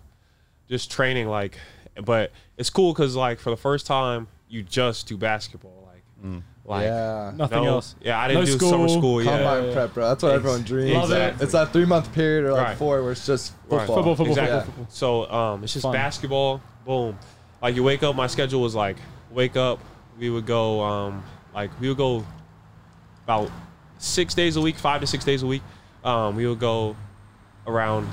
Speaker 2: just training. Like, but it's cool because like for the first time, you just do basketball. Like, like
Speaker 1: yeah.
Speaker 3: Nothing
Speaker 2: no-
Speaker 3: else.
Speaker 2: Yeah, I
Speaker 3: No
Speaker 2: didn't do summer
Speaker 3: school.
Speaker 2: school. Yeah,
Speaker 1: Combine prep, bro. That's what everyone dreams.
Speaker 2: Love it.
Speaker 1: It's that three month period or like
Speaker 2: Right.
Speaker 1: four where it's just football.
Speaker 2: Right.
Speaker 3: Football, football,
Speaker 2: exactly.
Speaker 3: football, football.
Speaker 2: So um, it's just
Speaker 3: Fun.
Speaker 2: basketball. Boom. Like you wake up. My schedule was like wake up. We would go um, like we would go about six days a week, five to six days a week. Um, we would go around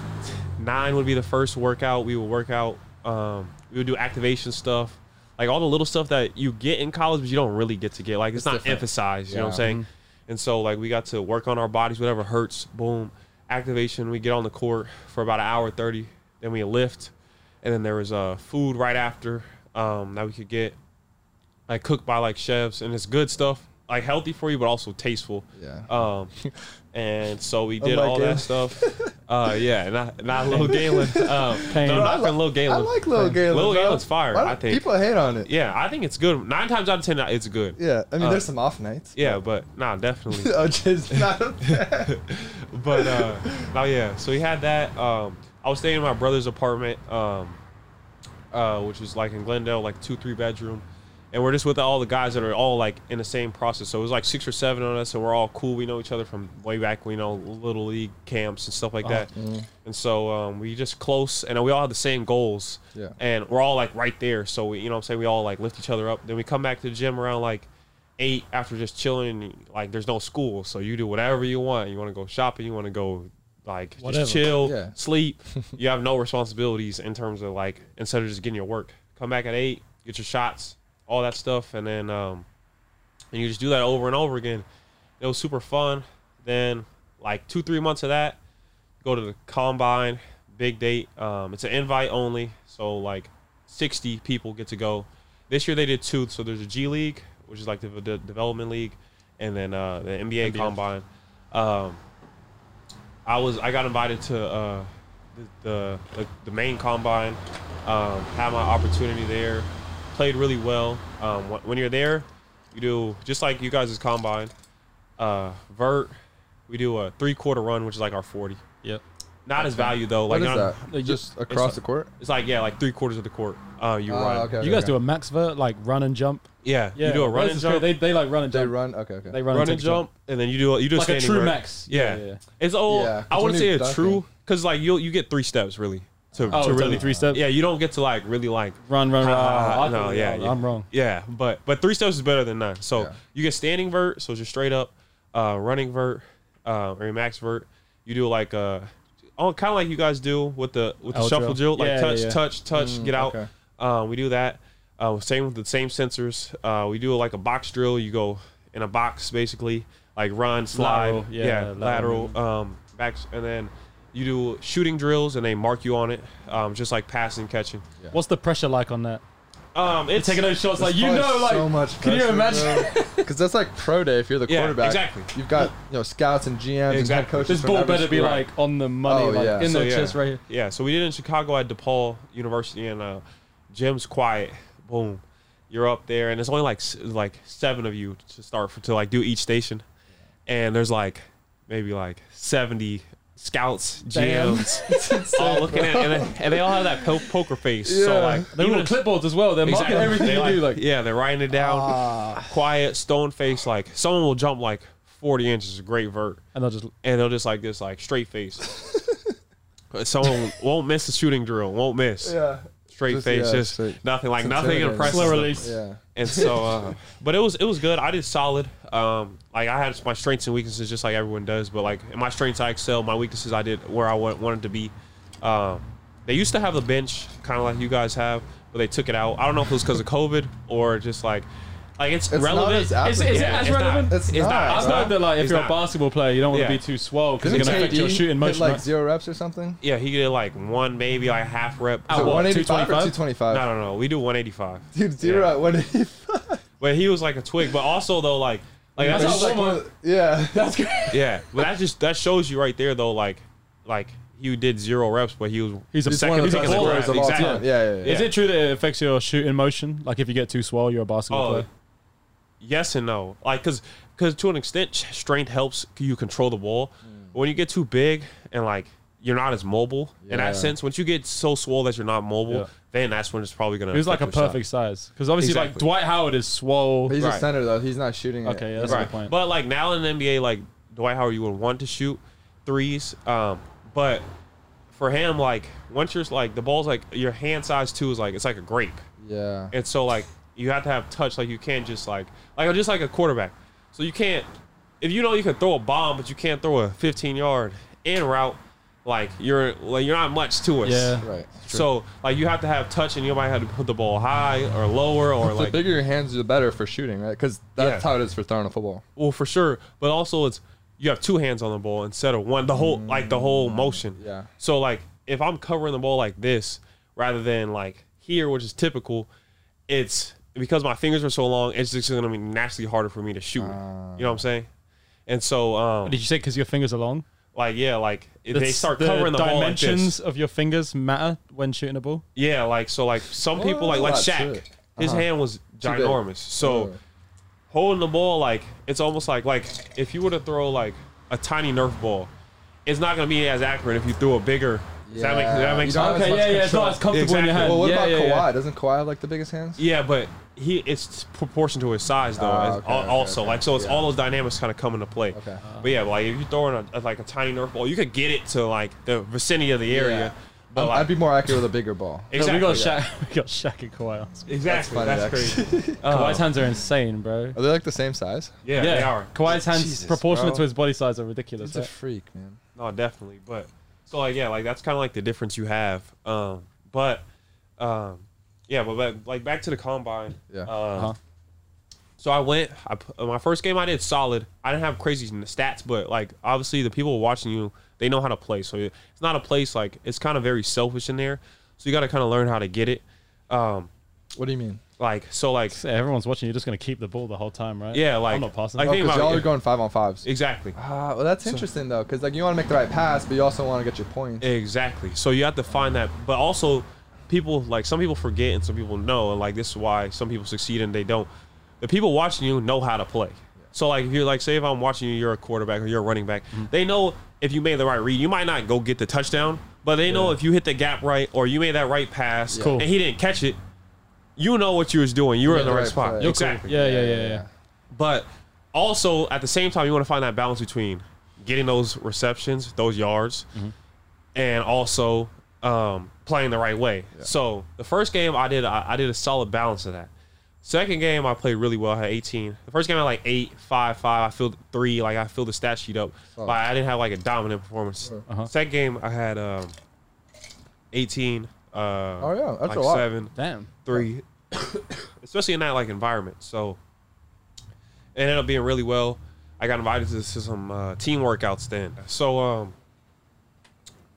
Speaker 2: nine would be the first workout. We would work out. Um, we would do activation stuff, like all the little stuff that you get in college, but you don't really get to get. Like it's, not
Speaker 1: different.
Speaker 2: emphasized. You know what I'm
Speaker 1: Yeah. Mm-hmm.
Speaker 2: saying? And so like we got to work on our bodies, whatever hurts. Boom, activation. We get on the court for about an hour thirty. Then we lift, and then there was uh, food right after um, that we could get like cooked by like chefs, and it's good stuff, like healthy for you, but also tasteful.
Speaker 1: Yeah.
Speaker 2: Um, and
Speaker 1: [LAUGHS]
Speaker 2: so we
Speaker 1: I
Speaker 2: did
Speaker 1: like
Speaker 2: all
Speaker 1: it.
Speaker 2: that stuff. Uh, yeah, not not
Speaker 1: [LAUGHS]
Speaker 2: Lil Galen. Um,
Speaker 3: Pain.
Speaker 2: no,
Speaker 3: Bro,
Speaker 2: not
Speaker 1: I
Speaker 2: from Lil
Speaker 1: I
Speaker 2: Galen.
Speaker 1: like Lil Galen.
Speaker 2: Lil
Speaker 1: bro.
Speaker 2: Galen's fire,
Speaker 1: Why
Speaker 2: I
Speaker 1: do
Speaker 2: think.
Speaker 1: People hate on it.
Speaker 2: yeah, I think it's good. Nine times out of ten, it's good.
Speaker 1: Yeah. I mean,
Speaker 2: Uh,
Speaker 1: there's some off nights. [LAUGHS]
Speaker 2: Yeah, but nah, definitely.
Speaker 1: oh, just not.
Speaker 2: but
Speaker 1: [LAUGHS]
Speaker 2: uh, no, yeah. So we had that. Um, I was staying in my brother's apartment, um, uh, which was like in Glendale, like two, three bedroom, and we're just with all the guys that are all like in the same process. So it was like six or seven on us, and we're all cool. We know each other from way back. We know little league camps and stuff like that, and so um, we just close, and we all have the same goals.
Speaker 1: Yeah.
Speaker 2: and we're all like right there. So we, you know, what I'm saying we all like lift each other up. Then we come back to the gym around like eight after just chilling and like there's no school so you do whatever you want you want to go shopping you want to go like
Speaker 3: Whatever.
Speaker 2: just chill
Speaker 1: Yeah.
Speaker 2: sleep you have no responsibilities in terms of like instead of just getting your work come back at eight get your shots all that stuff and then um and you just do that over and over again it was super fun then like two three months of that go to the combine big date um, it's an invite only so like 60 people get to go this year they did two so there's a g league which is like the, the development league and then uh, the nba, combine um, i was i got invited to uh, the, the, the, the main combine um, had my opportunity there played really well um, wh- when you're there you do just like you guys' combine uh, vert we do a three quarter run which is like our 40
Speaker 3: Yep.
Speaker 2: not as value though.
Speaker 1: what
Speaker 2: Like
Speaker 1: is
Speaker 2: you know,
Speaker 1: that?
Speaker 3: like,
Speaker 1: just
Speaker 3: you-
Speaker 1: across
Speaker 2: it's-
Speaker 1: the court?
Speaker 2: it's like yeah, like three quarters of the court. Uh, you
Speaker 1: Ah,
Speaker 2: run.
Speaker 1: okay,
Speaker 3: You
Speaker 1: okay,
Speaker 3: guys
Speaker 1: okay.
Speaker 3: do a max vert, like run and jump.
Speaker 2: Yeah, you do a run
Speaker 3: That's
Speaker 2: and
Speaker 3: the story.
Speaker 2: jump.
Speaker 3: They, they like run and
Speaker 1: They
Speaker 3: jump.
Speaker 1: run? Okay, okay.
Speaker 3: They run,
Speaker 2: Run and jump, and then you do a, you do
Speaker 3: Like a
Speaker 2: standing
Speaker 3: true
Speaker 2: vert.
Speaker 3: max.
Speaker 2: Yeah.
Speaker 3: Yeah, yeah, yeah.
Speaker 2: it's all.
Speaker 1: Yeah, 'cause
Speaker 2: I
Speaker 1: when
Speaker 2: wouldn't say
Speaker 1: you're
Speaker 2: a true
Speaker 1: dunking-
Speaker 2: because like you will you get three steps really. to,
Speaker 3: Oh,
Speaker 2: to
Speaker 3: it's
Speaker 2: really
Speaker 3: only three steps?
Speaker 2: Yeah, you don't get to like really like
Speaker 3: Run, run,
Speaker 2: ha,
Speaker 3: run.
Speaker 2: ha, ha.
Speaker 3: Oh, I
Speaker 2: Ah, no,
Speaker 3: thought-
Speaker 2: yeah,
Speaker 3: I'm
Speaker 2: yeah.
Speaker 3: wrong.
Speaker 2: Yeah, but but three steps is better than none. So
Speaker 1: Yeah.
Speaker 2: you get standing vert, so just straight up uh, running vert uh, or max vert. You do like uh, oh, kind of like you guys do with the with the
Speaker 3: Elbow
Speaker 2: shuffle
Speaker 3: drill.
Speaker 2: drill, like
Speaker 3: Yeah, yeah,
Speaker 2: touch,
Speaker 3: yeah. Mm,
Speaker 2: touch, touch, get out.
Speaker 1: okay.
Speaker 2: Um, we do that. Uh, same with the same sensors. Uh, we do like a box drill. You go in a box basically, like run, slide,
Speaker 3: Lateral, yeah,
Speaker 2: yeah,
Speaker 3: lateral.
Speaker 2: lateral, um, back, and then you do shooting drills, and they mark you on it, um, just like passing, catching.
Speaker 3: What's the pressure like on that?
Speaker 2: Um, it's
Speaker 3: Taking those shots, like you know, like
Speaker 1: so much
Speaker 3: can you imagine?
Speaker 1: Because that's like pro day if you're the
Speaker 2: Yeah,
Speaker 1: quarterback.
Speaker 2: exactly.
Speaker 1: You've got you know scouts and GMs and head
Speaker 2: Exactly.
Speaker 1: coaches.
Speaker 3: This
Speaker 1: from
Speaker 3: ball
Speaker 1: every
Speaker 3: better be
Speaker 1: school.
Speaker 3: like on the money,
Speaker 1: Oh,
Speaker 3: like
Speaker 1: yeah.
Speaker 3: in
Speaker 2: So,
Speaker 3: the
Speaker 2: yeah.
Speaker 3: chest right here.
Speaker 2: Yeah, so we did it in Chicago at DePaul University, and uh, Jim's quiet. Boom, you're up there, and there's only like s- like seven of you to start for, to like do each station, and there's like maybe like seventy scouts,
Speaker 3: Damn. [LAUGHS]
Speaker 2: GMs, all looking at, and they, and they all have that po- poker face. So like
Speaker 3: They're
Speaker 2: even
Speaker 3: all
Speaker 2: if-
Speaker 3: clipboards as well. They're marking
Speaker 2: Exactly.
Speaker 3: everything
Speaker 2: They,
Speaker 3: you
Speaker 2: like,
Speaker 3: do. Like, Ah.
Speaker 2: yeah, they're writing it down. Quiet, stone face. Like someone will jump like forty inches, a great vert,
Speaker 3: and they'll just
Speaker 2: and they'll just like this like
Speaker 1: [LAUGHS]
Speaker 2: straight face. someone won't miss the shooting drill, won't miss.
Speaker 1: yeah,
Speaker 2: Straight
Speaker 1: Just-
Speaker 2: face,
Speaker 1: yeah,
Speaker 2: just
Speaker 1: straight.
Speaker 2: nothing like
Speaker 1: It's
Speaker 2: nothing
Speaker 1: intimidating.
Speaker 2: impresses.
Speaker 3: slow
Speaker 2: them.
Speaker 3: release.
Speaker 1: yeah.
Speaker 2: And so, uh, but it was it was good. I did solid. Um, like I had my strengths and weaknesses, just like everyone does. But like in my strengths, I excel. My weaknesses, I did where I wa- wanted to be. Um, they used to have the bench, kind of like you guys have, but they took it out. I don't know if it was because of COVID or just like, like it's,
Speaker 1: not
Speaker 2: relevant.
Speaker 1: as apt-
Speaker 3: Is, is it
Speaker 2: Yeah,
Speaker 3: as
Speaker 2: it's not.
Speaker 3: relevant?
Speaker 1: It's,
Speaker 2: It's
Speaker 1: not.
Speaker 2: not-
Speaker 3: I've
Speaker 2: it's
Speaker 1: right?
Speaker 3: heard that like if
Speaker 2: It's
Speaker 3: you're a
Speaker 2: not.
Speaker 3: basketball player, you don't want to
Speaker 2: Yeah.
Speaker 3: be too swole because
Speaker 1: Didn't
Speaker 3: it's going to affect
Speaker 1: KD
Speaker 3: your shooting
Speaker 1: hit,
Speaker 3: motion.
Speaker 1: like
Speaker 3: right?
Speaker 1: zero reps or something.
Speaker 2: Yeah, he did like one, maybe like half rep.
Speaker 3: At
Speaker 1: Is it
Speaker 3: what,
Speaker 1: 185 or
Speaker 2: 225?
Speaker 1: 225?
Speaker 2: No, no, no. We do 185.
Speaker 1: Dude, zero
Speaker 2: Yeah.
Speaker 1: at 185.
Speaker 2: But he was like a twig. But also though, like, like that's
Speaker 3: It's
Speaker 2: how
Speaker 1: He's [LAUGHS] like
Speaker 3: warm-up.
Speaker 1: one of the- yeah.
Speaker 3: That's good.
Speaker 2: Yeah, but that just that shows you right there though, like like he did zero reps, but he was
Speaker 3: He's a
Speaker 1: He's
Speaker 3: second.
Speaker 1: one of
Speaker 3: He's
Speaker 1: the
Speaker 3: like a
Speaker 1: best
Speaker 2: second
Speaker 3: baller.
Speaker 1: scorers of all
Speaker 2: Exactly.
Speaker 1: time. Yeah, yeah, yeah.
Speaker 3: Is it true that it affects your shooting motion? Like if you get too swole, you're a basketball
Speaker 2: Oh,
Speaker 3: player.
Speaker 2: yes and no, like because because to an extent, sh- strength helps you control the ball. When you get too big and like you're not as mobile in
Speaker 1: Yeah.
Speaker 2: that sense, once you get so swole that you're not mobile,
Speaker 3: Yeah.
Speaker 2: then that's when it's probably gonna.
Speaker 3: He was like a
Speaker 2: affect your shot.
Speaker 3: perfect size because obviously like
Speaker 2: Exactly.
Speaker 3: Dwight Howard is swole.
Speaker 1: But he's a
Speaker 2: Right.
Speaker 1: center though. He's not shooting. it.
Speaker 3: Okay, yeah, that's a
Speaker 2: right.
Speaker 3: good point.
Speaker 2: But like now in the NBA, like Dwight Howard, you would want to shoot threes. Um, but for him, like once you're like the ball's like your hand size too is like it's like a grape.
Speaker 1: Yeah.
Speaker 2: And so like you have to have touch. Like you can't just like like just like a quarterback. So you can't if you know you can throw a bomb, but you can't throw a 15 yard in route. Like you're like you're not much to us.
Speaker 3: Yeah.
Speaker 1: Right.
Speaker 2: So like you have to have touch, and you might have to put the ball high or lower or
Speaker 1: So
Speaker 2: like
Speaker 1: the bigger your hands, the better for shooting, right? Because that's
Speaker 2: Yeah.
Speaker 1: how it is for throwing a football.
Speaker 2: well for sure. But also it's you have two hands on the ball instead of one. The whole like the whole motion.
Speaker 1: Yeah.
Speaker 2: So like if I'm covering the ball like this rather than like here, which is typical, it's because my fingers are so long. It's just gonna be naturally harder for me to shoot. you know what I'm saying? And so um,
Speaker 3: Did you say because your fingers are long?
Speaker 2: like yeah, like if they
Speaker 3: That's-
Speaker 2: start covering the, ball like
Speaker 3: dimensions
Speaker 2: this.
Speaker 3: of your fingers matter when shooting a ball.
Speaker 2: Yeah, like so like some people like
Speaker 1: Oh,
Speaker 2: like
Speaker 1: that's
Speaker 2: Shaq,
Speaker 1: it.
Speaker 2: his hand was
Speaker 1: big.
Speaker 2: ginormous. So holding the ball like it's almost like like if you were to throw like a tiny Nerf ball, it's not gonna be as accurate if you threw a bigger. Does that make does
Speaker 1: Yeah.
Speaker 2: that make
Speaker 1: You
Speaker 2: sense?
Speaker 1: don't have as much control.
Speaker 3: comfortable
Speaker 2: Exactly.
Speaker 1: Well, what
Speaker 3: Yeah,
Speaker 1: about
Speaker 3: yeah,
Speaker 1: Kawhi?
Speaker 3: yeah.
Speaker 1: Doesn't Kawhi have like the biggest hands?
Speaker 2: Yeah, but he it's proportion to his size though.
Speaker 1: Ah,
Speaker 2: as-
Speaker 1: okay,
Speaker 2: al-
Speaker 1: okay,
Speaker 2: also,
Speaker 1: okay.
Speaker 2: like so, it's
Speaker 1: Yeah.
Speaker 2: all those dynamics kind of come into play.
Speaker 1: Okay. Ah.
Speaker 2: But yeah, like if you throw in a, like a tiny Nerf ball, you could get it to like the vicinity of the area.
Speaker 1: Yeah.
Speaker 2: But
Speaker 1: Um,
Speaker 2: like,
Speaker 1: I'd be more accurate with a bigger ball.
Speaker 3: No,
Speaker 2: exactly,
Speaker 3: we got Shaq. [LAUGHS] We got Shaq and Kawhi.
Speaker 2: exactly.
Speaker 1: That's funny,
Speaker 2: That's,
Speaker 1: actually.
Speaker 2: crazy.
Speaker 3: Kawhi's hands are insane, bro.
Speaker 1: Are they like the same size?
Speaker 3: [LAUGHS]
Speaker 2: yeah, they are.
Speaker 3: Kawhi's hands
Speaker 1: Jesus,
Speaker 3: proportionate
Speaker 1: bro.
Speaker 3: to his body size are ridiculous.
Speaker 1: It's a
Speaker 3: right?
Speaker 1: freak, man.
Speaker 2: No, definitely. But so like yeah, like that's kind of like the difference you have. Um, but um, yeah, but, but like back to the combine.
Speaker 1: Yeah.
Speaker 2: Um,
Speaker 3: Uh-huh.
Speaker 2: So I went. I p- uh, my first game I did solid. I didn't have crazy n- stats, but like obviously the people watching you, they know how to play. So it's not a place like it's kind of very selfish in there. So you got to kind of learn how to get it. Um,
Speaker 1: What do you mean?
Speaker 2: like so like
Speaker 3: So everyone's watching. You're just gonna keep the ball the whole time, right?
Speaker 2: Yeah, like-
Speaker 3: I'm not passing.
Speaker 2: like-
Speaker 1: Oh,
Speaker 2: Think
Speaker 1: because
Speaker 2: about
Speaker 1: y'all
Speaker 2: it.
Speaker 1: are going five on fives.
Speaker 2: exactly.
Speaker 1: Ah, well, that's interesting though, because like you want to make the right pass, but you also want to get your points.
Speaker 2: Exactly. So you have to find that, but also people like some people forget and some people know, and like this is why some people succeed and they don't. The people watching you know how to play. So like if you're like say if I'm watching you, you're a quarterback or you're a running back, they know if you made the right read, you might not go get the touchdown, but they know if you hit the gap right or you made that right pass
Speaker 3: Cool.
Speaker 2: and he didn't catch it, you know what you was doing. You were in the right, spot.
Speaker 1: play.
Speaker 2: Exactly.
Speaker 3: Yeah, yeah, yeah, yeah.
Speaker 2: But also at the same time, you want to find that
Speaker 1: Mm-hmm.
Speaker 2: balance between getting those receptions, those yards, and also um, playing the right way. So the first game I did, I, I did a solid balance of that. Second game I played really well. I had 18. The first game I had like eight, five, five. I filled three. Like I filled the stat sheet up, but I didn't have like a dominant performance. Second game I had um, 18. Uh,
Speaker 1: Oh, yeah. That's
Speaker 2: like
Speaker 1: a lot.
Speaker 2: seven
Speaker 3: Damn.
Speaker 2: three, [COUGHS] especially in that like environment. So it ended up being really well. I got invited to, to some uh, team workouts then. So um,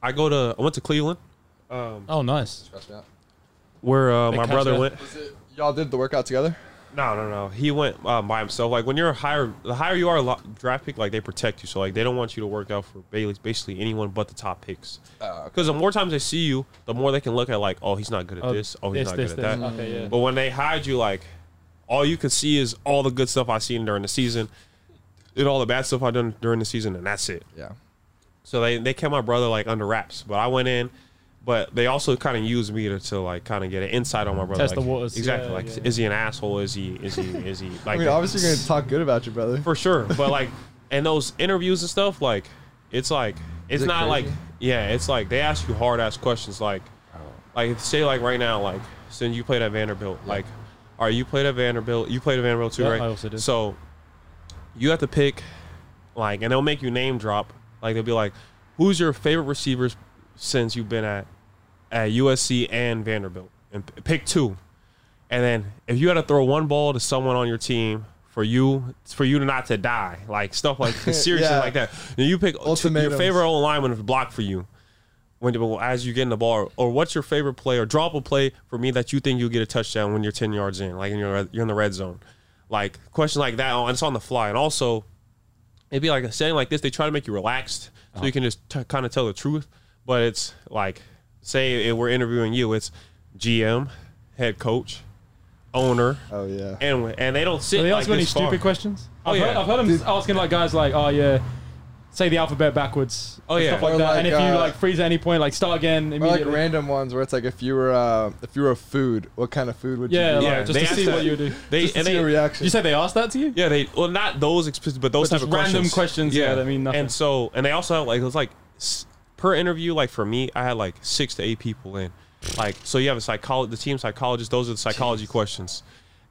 Speaker 2: I go to I went to Cleveland
Speaker 3: Oh, nice.
Speaker 2: where uh, my
Speaker 3: catch
Speaker 2: brother
Speaker 3: that.
Speaker 2: went.
Speaker 1: Y'all did the workout together?
Speaker 2: No, no, no. He went uh, by himself. Like when you're higher, the higher you are lo- draft pick, like they protect you. So like they don't want you to work out for ba- basically anyone but the top picks. Because the more times they see you, the more they can look at like, oh, he's not good at
Speaker 3: Oh,
Speaker 2: this. Oh, he's
Speaker 3: this,
Speaker 2: not
Speaker 3: this,
Speaker 2: good at
Speaker 3: this.
Speaker 2: that.
Speaker 3: Okay, yeah.
Speaker 2: But when they hide you, like all you can see is all the good stuff I seen during the season, did all the bad stuff I done during the season, and that's it.
Speaker 1: Yeah.
Speaker 2: So they they kept my brother like under wraps, but I went in. But they also kind of used me to, to like kind of get an insight on my brother.
Speaker 3: Test
Speaker 2: like,
Speaker 3: the waters.
Speaker 2: Exactly.
Speaker 3: Yeah,
Speaker 2: like,
Speaker 3: yeah.
Speaker 2: is he an asshole? Is he? Is he? Is he? Like,
Speaker 1: [LAUGHS] I mean, obviously, you're going to talk good about your brother.
Speaker 2: for sure. But like, and those interviews and stuff, like, it's like it's
Speaker 1: it
Speaker 2: not
Speaker 1: crazy?
Speaker 2: like yeah, it's like they ask you hard ass questions. Like,
Speaker 3: Oh.
Speaker 2: like if- say like right now, like since you played at Vanderbilt, like, all right, you played at Vanderbilt, you played at Vanderbilt too,
Speaker 3: Yeah,
Speaker 2: right?
Speaker 3: I also did.
Speaker 2: So you have to pick, like, and they'll make you name drop. Like they'll be like, who's your favorite receivers since you've been at at USC and Vanderbilt, and p- pick two. And then if you had to throw one ball to someone on your team for you for you to not to die, like stuff like seriously
Speaker 1: Yeah.
Speaker 2: like that. Then you pick two, your
Speaker 1: Ultimatums.
Speaker 2: favorite old lineman to block for you when as you get in the ball, or what's your favorite play or drop a play for me that you think you'll get a touchdown when you're ten yards in, like in your you're in the red zone, like questions like that. oh, And it's on the fly, and also it'd be like a setting like this. They try to make you relaxed so you can just t- kind of tell the truth. But it's like, say if we're interviewing you, it's GM, head coach, owner,
Speaker 1: Oh, yeah.
Speaker 2: and and they don't sit.
Speaker 3: Do they
Speaker 2: like
Speaker 3: ask you any
Speaker 2: this far.
Speaker 3: stupid questions?
Speaker 2: Oh,
Speaker 3: I've, heard,
Speaker 2: yeah.
Speaker 3: I've heard them asking like guys like, oh yeah, say the alphabet backwards.
Speaker 2: Oh,
Speaker 3: and
Speaker 2: yeah.
Speaker 3: stuff like
Speaker 1: Or
Speaker 3: that.
Speaker 1: like,
Speaker 3: and if you
Speaker 1: uh,
Speaker 3: like freeze at any point, like start again
Speaker 1: Or like
Speaker 3: immediately.
Speaker 1: random ones where it's like if you were uh, if you were a food, what kind of food would
Speaker 3: yeah,
Speaker 1: you? be?
Speaker 2: Yeah,
Speaker 3: like, just
Speaker 2: they
Speaker 3: to
Speaker 2: ask
Speaker 3: see
Speaker 2: that.
Speaker 3: what you do.
Speaker 2: They
Speaker 1: Just to
Speaker 2: and
Speaker 1: see
Speaker 2: they,
Speaker 1: a reaction.
Speaker 3: You say they asked that to you?
Speaker 2: Yeah, they well not those explicit, but those
Speaker 3: But
Speaker 2: type of
Speaker 3: just random
Speaker 2: questions.
Speaker 3: questions, yeah, that mean nothing.
Speaker 2: And so, and they also have like it was like s- per interview, like for me, I had like six to eight people in. Like, so you have a psychologist, the team psychologist. Those are the psychology questions,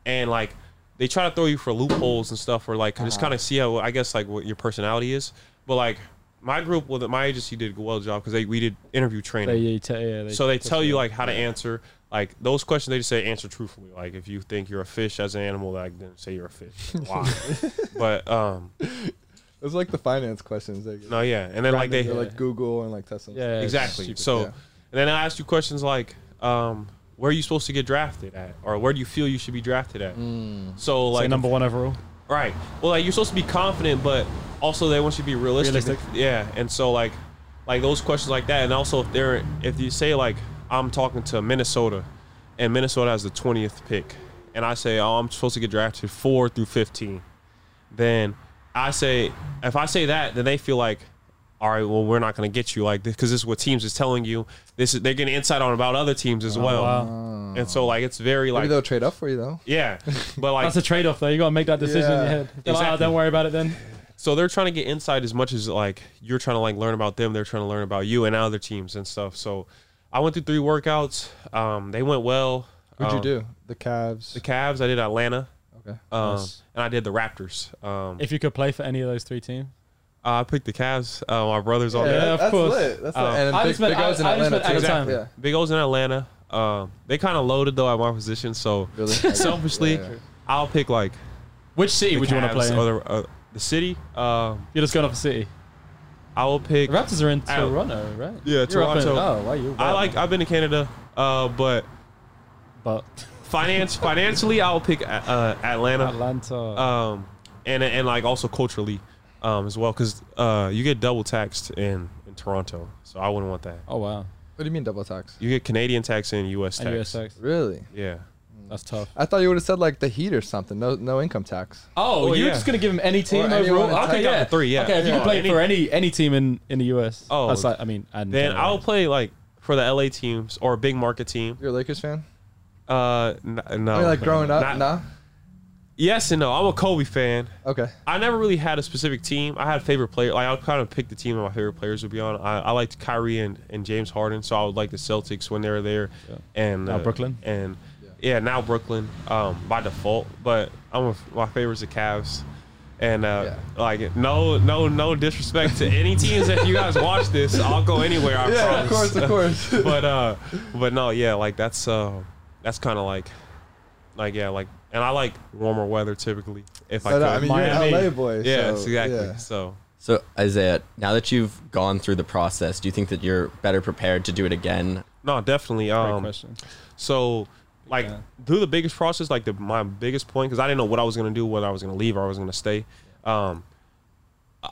Speaker 2: and like they try to throw you for loopholes and stuff, or like just kind of see how I guess like what your personality is. But like my group, well, my agency did a well job because they we did interview training.
Speaker 3: They, yeah, te- yeah, they,
Speaker 2: So they tell you like how to answer like those questions. They just say answer truthfully. Like if you think you're a fish as an animal, like then say you're a fish.
Speaker 3: [LAUGHS]
Speaker 2: Why? but um,
Speaker 1: It was like the finance questions. They get.
Speaker 2: no, yeah, and then like they
Speaker 1: They're like Google and like Tesla.
Speaker 3: yeah, it's
Speaker 2: exactly.
Speaker 3: stupid.
Speaker 2: so
Speaker 1: yeah.
Speaker 2: and then I asked you questions like um, where are you supposed to get drafted at, or where do you feel you should be drafted at? So
Speaker 3: Mm. Say
Speaker 2: like
Speaker 3: number one overall.
Speaker 2: Right. Well, like you're supposed to be confident, but also they want you to be realistic.
Speaker 3: Realistic.
Speaker 2: Yeah. And so like, like those questions like that, and also if they're if you say like I'm talking to Minnesota, and Minnesota has the 20th pick, and I say oh I'm supposed to get drafted four through 15, then I say if I say that, then they feel like. All right, well, we're not going to get you like this because this is what teams is telling you. This is they're getting insight on about other teams as well, and so like it's very
Speaker 1: Oh, Maybe
Speaker 2: like
Speaker 1: they'll trade up for you though.
Speaker 2: yeah,
Speaker 1: [LAUGHS]
Speaker 2: but like
Speaker 3: That's a trade off though. You gotta make that decision in
Speaker 1: Yeah.
Speaker 3: your head. They're like, "Oh,
Speaker 2: Exactly.
Speaker 3: don't worry about it then.
Speaker 2: so they're trying to get insight as much as like you're trying to like learn about them they're trying to learn about you and other teams and stuff so i went through three workouts um, they went well
Speaker 1: What'd
Speaker 2: Um,
Speaker 1: you
Speaker 3: Oh.
Speaker 1: do? The Cavs.
Speaker 2: the Cavs. i did atlanta
Speaker 1: okay.
Speaker 2: um,
Speaker 3: Nice.
Speaker 2: and i did the raptors um,
Speaker 3: If you could play for any of those three teams.
Speaker 2: i picked the Cavs. uh, my brother's on there
Speaker 3: Yeah, of
Speaker 1: that's
Speaker 3: course. Oh.
Speaker 1: lit. That's
Speaker 2: Um,
Speaker 1: lit. And
Speaker 3: I
Speaker 1: big,
Speaker 3: just meant-
Speaker 1: big O's in
Speaker 3: I- I just
Speaker 1: Atlanta
Speaker 3: meant at
Speaker 1: too.
Speaker 3: the time.
Speaker 1: Yeah.
Speaker 2: big o's in atlanta um, they kind of loaded though at my position so
Speaker 1: Really?
Speaker 3: [LAUGHS]
Speaker 2: selfishly
Speaker 1: Yeah, yeah.
Speaker 2: i'll pick like
Speaker 3: Which city
Speaker 2: the
Speaker 3: would you want to play
Speaker 2: Cavs
Speaker 3: in?
Speaker 2: or the, uh, the city um,
Speaker 3: You're just going off a city.
Speaker 2: i will pick
Speaker 3: The Raptors are in
Speaker 2: Out.
Speaker 3: Toronto, right?
Speaker 2: Yeah,
Speaker 3: You're up in-
Speaker 2: Toronto.
Speaker 3: Oh, why you?
Speaker 2: i like i've been to canada uh, but
Speaker 3: but
Speaker 2: finance financially i'll pick uh, atlanta
Speaker 3: [LAUGHS] Atlanta.
Speaker 2: um, and and like also culturally um, as well because uh, you get double taxed in, in Toronto, so I wouldn't want that.
Speaker 3: oh wow,
Speaker 1: What do you mean double tax?
Speaker 2: You get Canadian tax and U.S.
Speaker 3: and
Speaker 2: tax.
Speaker 3: US tax.
Speaker 1: Really?
Speaker 2: Yeah,
Speaker 3: That's tough.
Speaker 1: I thought you would have said like the heat or something. No, no income tax.
Speaker 3: Oh,
Speaker 2: Well,
Speaker 3: you're
Speaker 2: yeah.
Speaker 3: just gonna give him any team
Speaker 1: anyone
Speaker 3: overall?
Speaker 1: in
Speaker 3: Okay,
Speaker 2: Take out
Speaker 3: yeah.
Speaker 2: the three, yeah.
Speaker 3: Okay, if you
Speaker 2: Yeah.
Speaker 3: can play
Speaker 2: Any-
Speaker 3: for any any team in, in the US.
Speaker 2: Oh.
Speaker 3: that's like I mean, and
Speaker 2: then
Speaker 3: uh,
Speaker 2: I'll play like for the L.A. teams or a big market team.
Speaker 1: You're a Lakers fan?
Speaker 2: Uh, n- no,
Speaker 3: Oh,
Speaker 1: I mean, like growing up,
Speaker 2: Not-
Speaker 1: no.
Speaker 2: Yes and no. I'm a Kobe fan.
Speaker 1: Okay.
Speaker 2: I never really had a specific team. I had a favorite player. Like I would kind of pick the team that my favorite players would be on. I, I liked Kyrie and, and James Harden, so I would like the Celtics when they were there, and uh,
Speaker 3: Now Brooklyn.
Speaker 2: and yeah. now Brooklyn um, by default. But I'm a, my favorite's the Cavs, and uh, like no no no disrespect to any teams. if you guys watch this, I'll go anywhere. I
Speaker 1: [LAUGHS] Yeah, of
Speaker 2: promise
Speaker 1: course, of course.
Speaker 3: [LAUGHS]
Speaker 2: but uh but no yeah like that's uh that's kind of like like yeah like and i like warmer weather typically if i
Speaker 1: But,
Speaker 2: could
Speaker 1: uh, I mean,
Speaker 3: Miami.
Speaker 1: you're an LA boy.
Speaker 2: yeah
Speaker 1: so,
Speaker 2: exactly
Speaker 1: yeah.
Speaker 2: so
Speaker 8: So Isaiah, now that you've gone through the process, do you think that you're better prepared to do it again?
Speaker 2: no definitely
Speaker 3: Great
Speaker 2: um
Speaker 3: question.
Speaker 2: so like
Speaker 3: Yeah.
Speaker 2: through the biggest process like the my biggest point because i didn't know what i was gonna do whether i was gonna leave or i was gonna stay um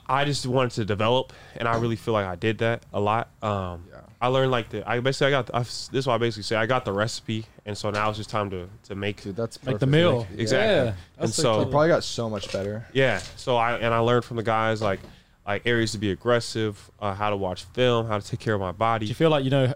Speaker 2: I just wanted to develop, and I really feel like I did that a lot. Um, I learned like the I basically I got I've, this is what I basically say I got the recipe, and so now it's just time to to make
Speaker 1: Dude, that's
Speaker 3: Like the
Speaker 1: perfect.
Speaker 3: meal.
Speaker 1: Like,
Speaker 2: Exactly.
Speaker 3: Yeah,
Speaker 2: And
Speaker 3: that's so
Speaker 2: so-
Speaker 1: You probably got so much better.
Speaker 2: Yeah. So I and I learned from the guys like like areas to be aggressive, uh, how to watch film, how to take care of my
Speaker 3: Do
Speaker 2: body.
Speaker 3: you feel like you know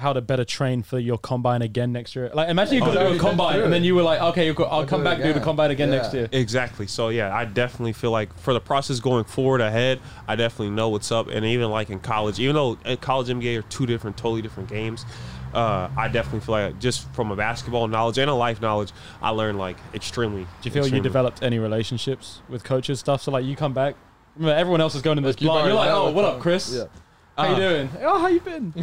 Speaker 3: how to better train for your combine again next year? Like, imagine you got
Speaker 1: Exactly.
Speaker 3: to do a combine and then you were like, okay, you've got, I'll come
Speaker 1: do it
Speaker 3: back and do the
Speaker 1: again.
Speaker 3: combine again
Speaker 1: Yeah.
Speaker 3: next year.
Speaker 2: exactly. So yeah, I definitely feel like for the process going forward ahead, I definitely know what's up. And even like in college, even though uh, college and NBA are two different, totally different games. Uh, I definitely feel like just from a basketball knowledge and a life knowledge, I learned like extremely.
Speaker 3: Do you feel you developed any relationships with coaches stuff? So like, you come back, remember everyone else is going in this
Speaker 1: Like, you've
Speaker 3: blind. You're
Speaker 1: already
Speaker 3: like,
Speaker 1: dealt
Speaker 3: oh,
Speaker 1: with
Speaker 3: what up,
Speaker 1: them.
Speaker 3: Chris?
Speaker 1: Yeah.
Speaker 3: How
Speaker 2: Ah.
Speaker 3: you doing? Oh, how you been?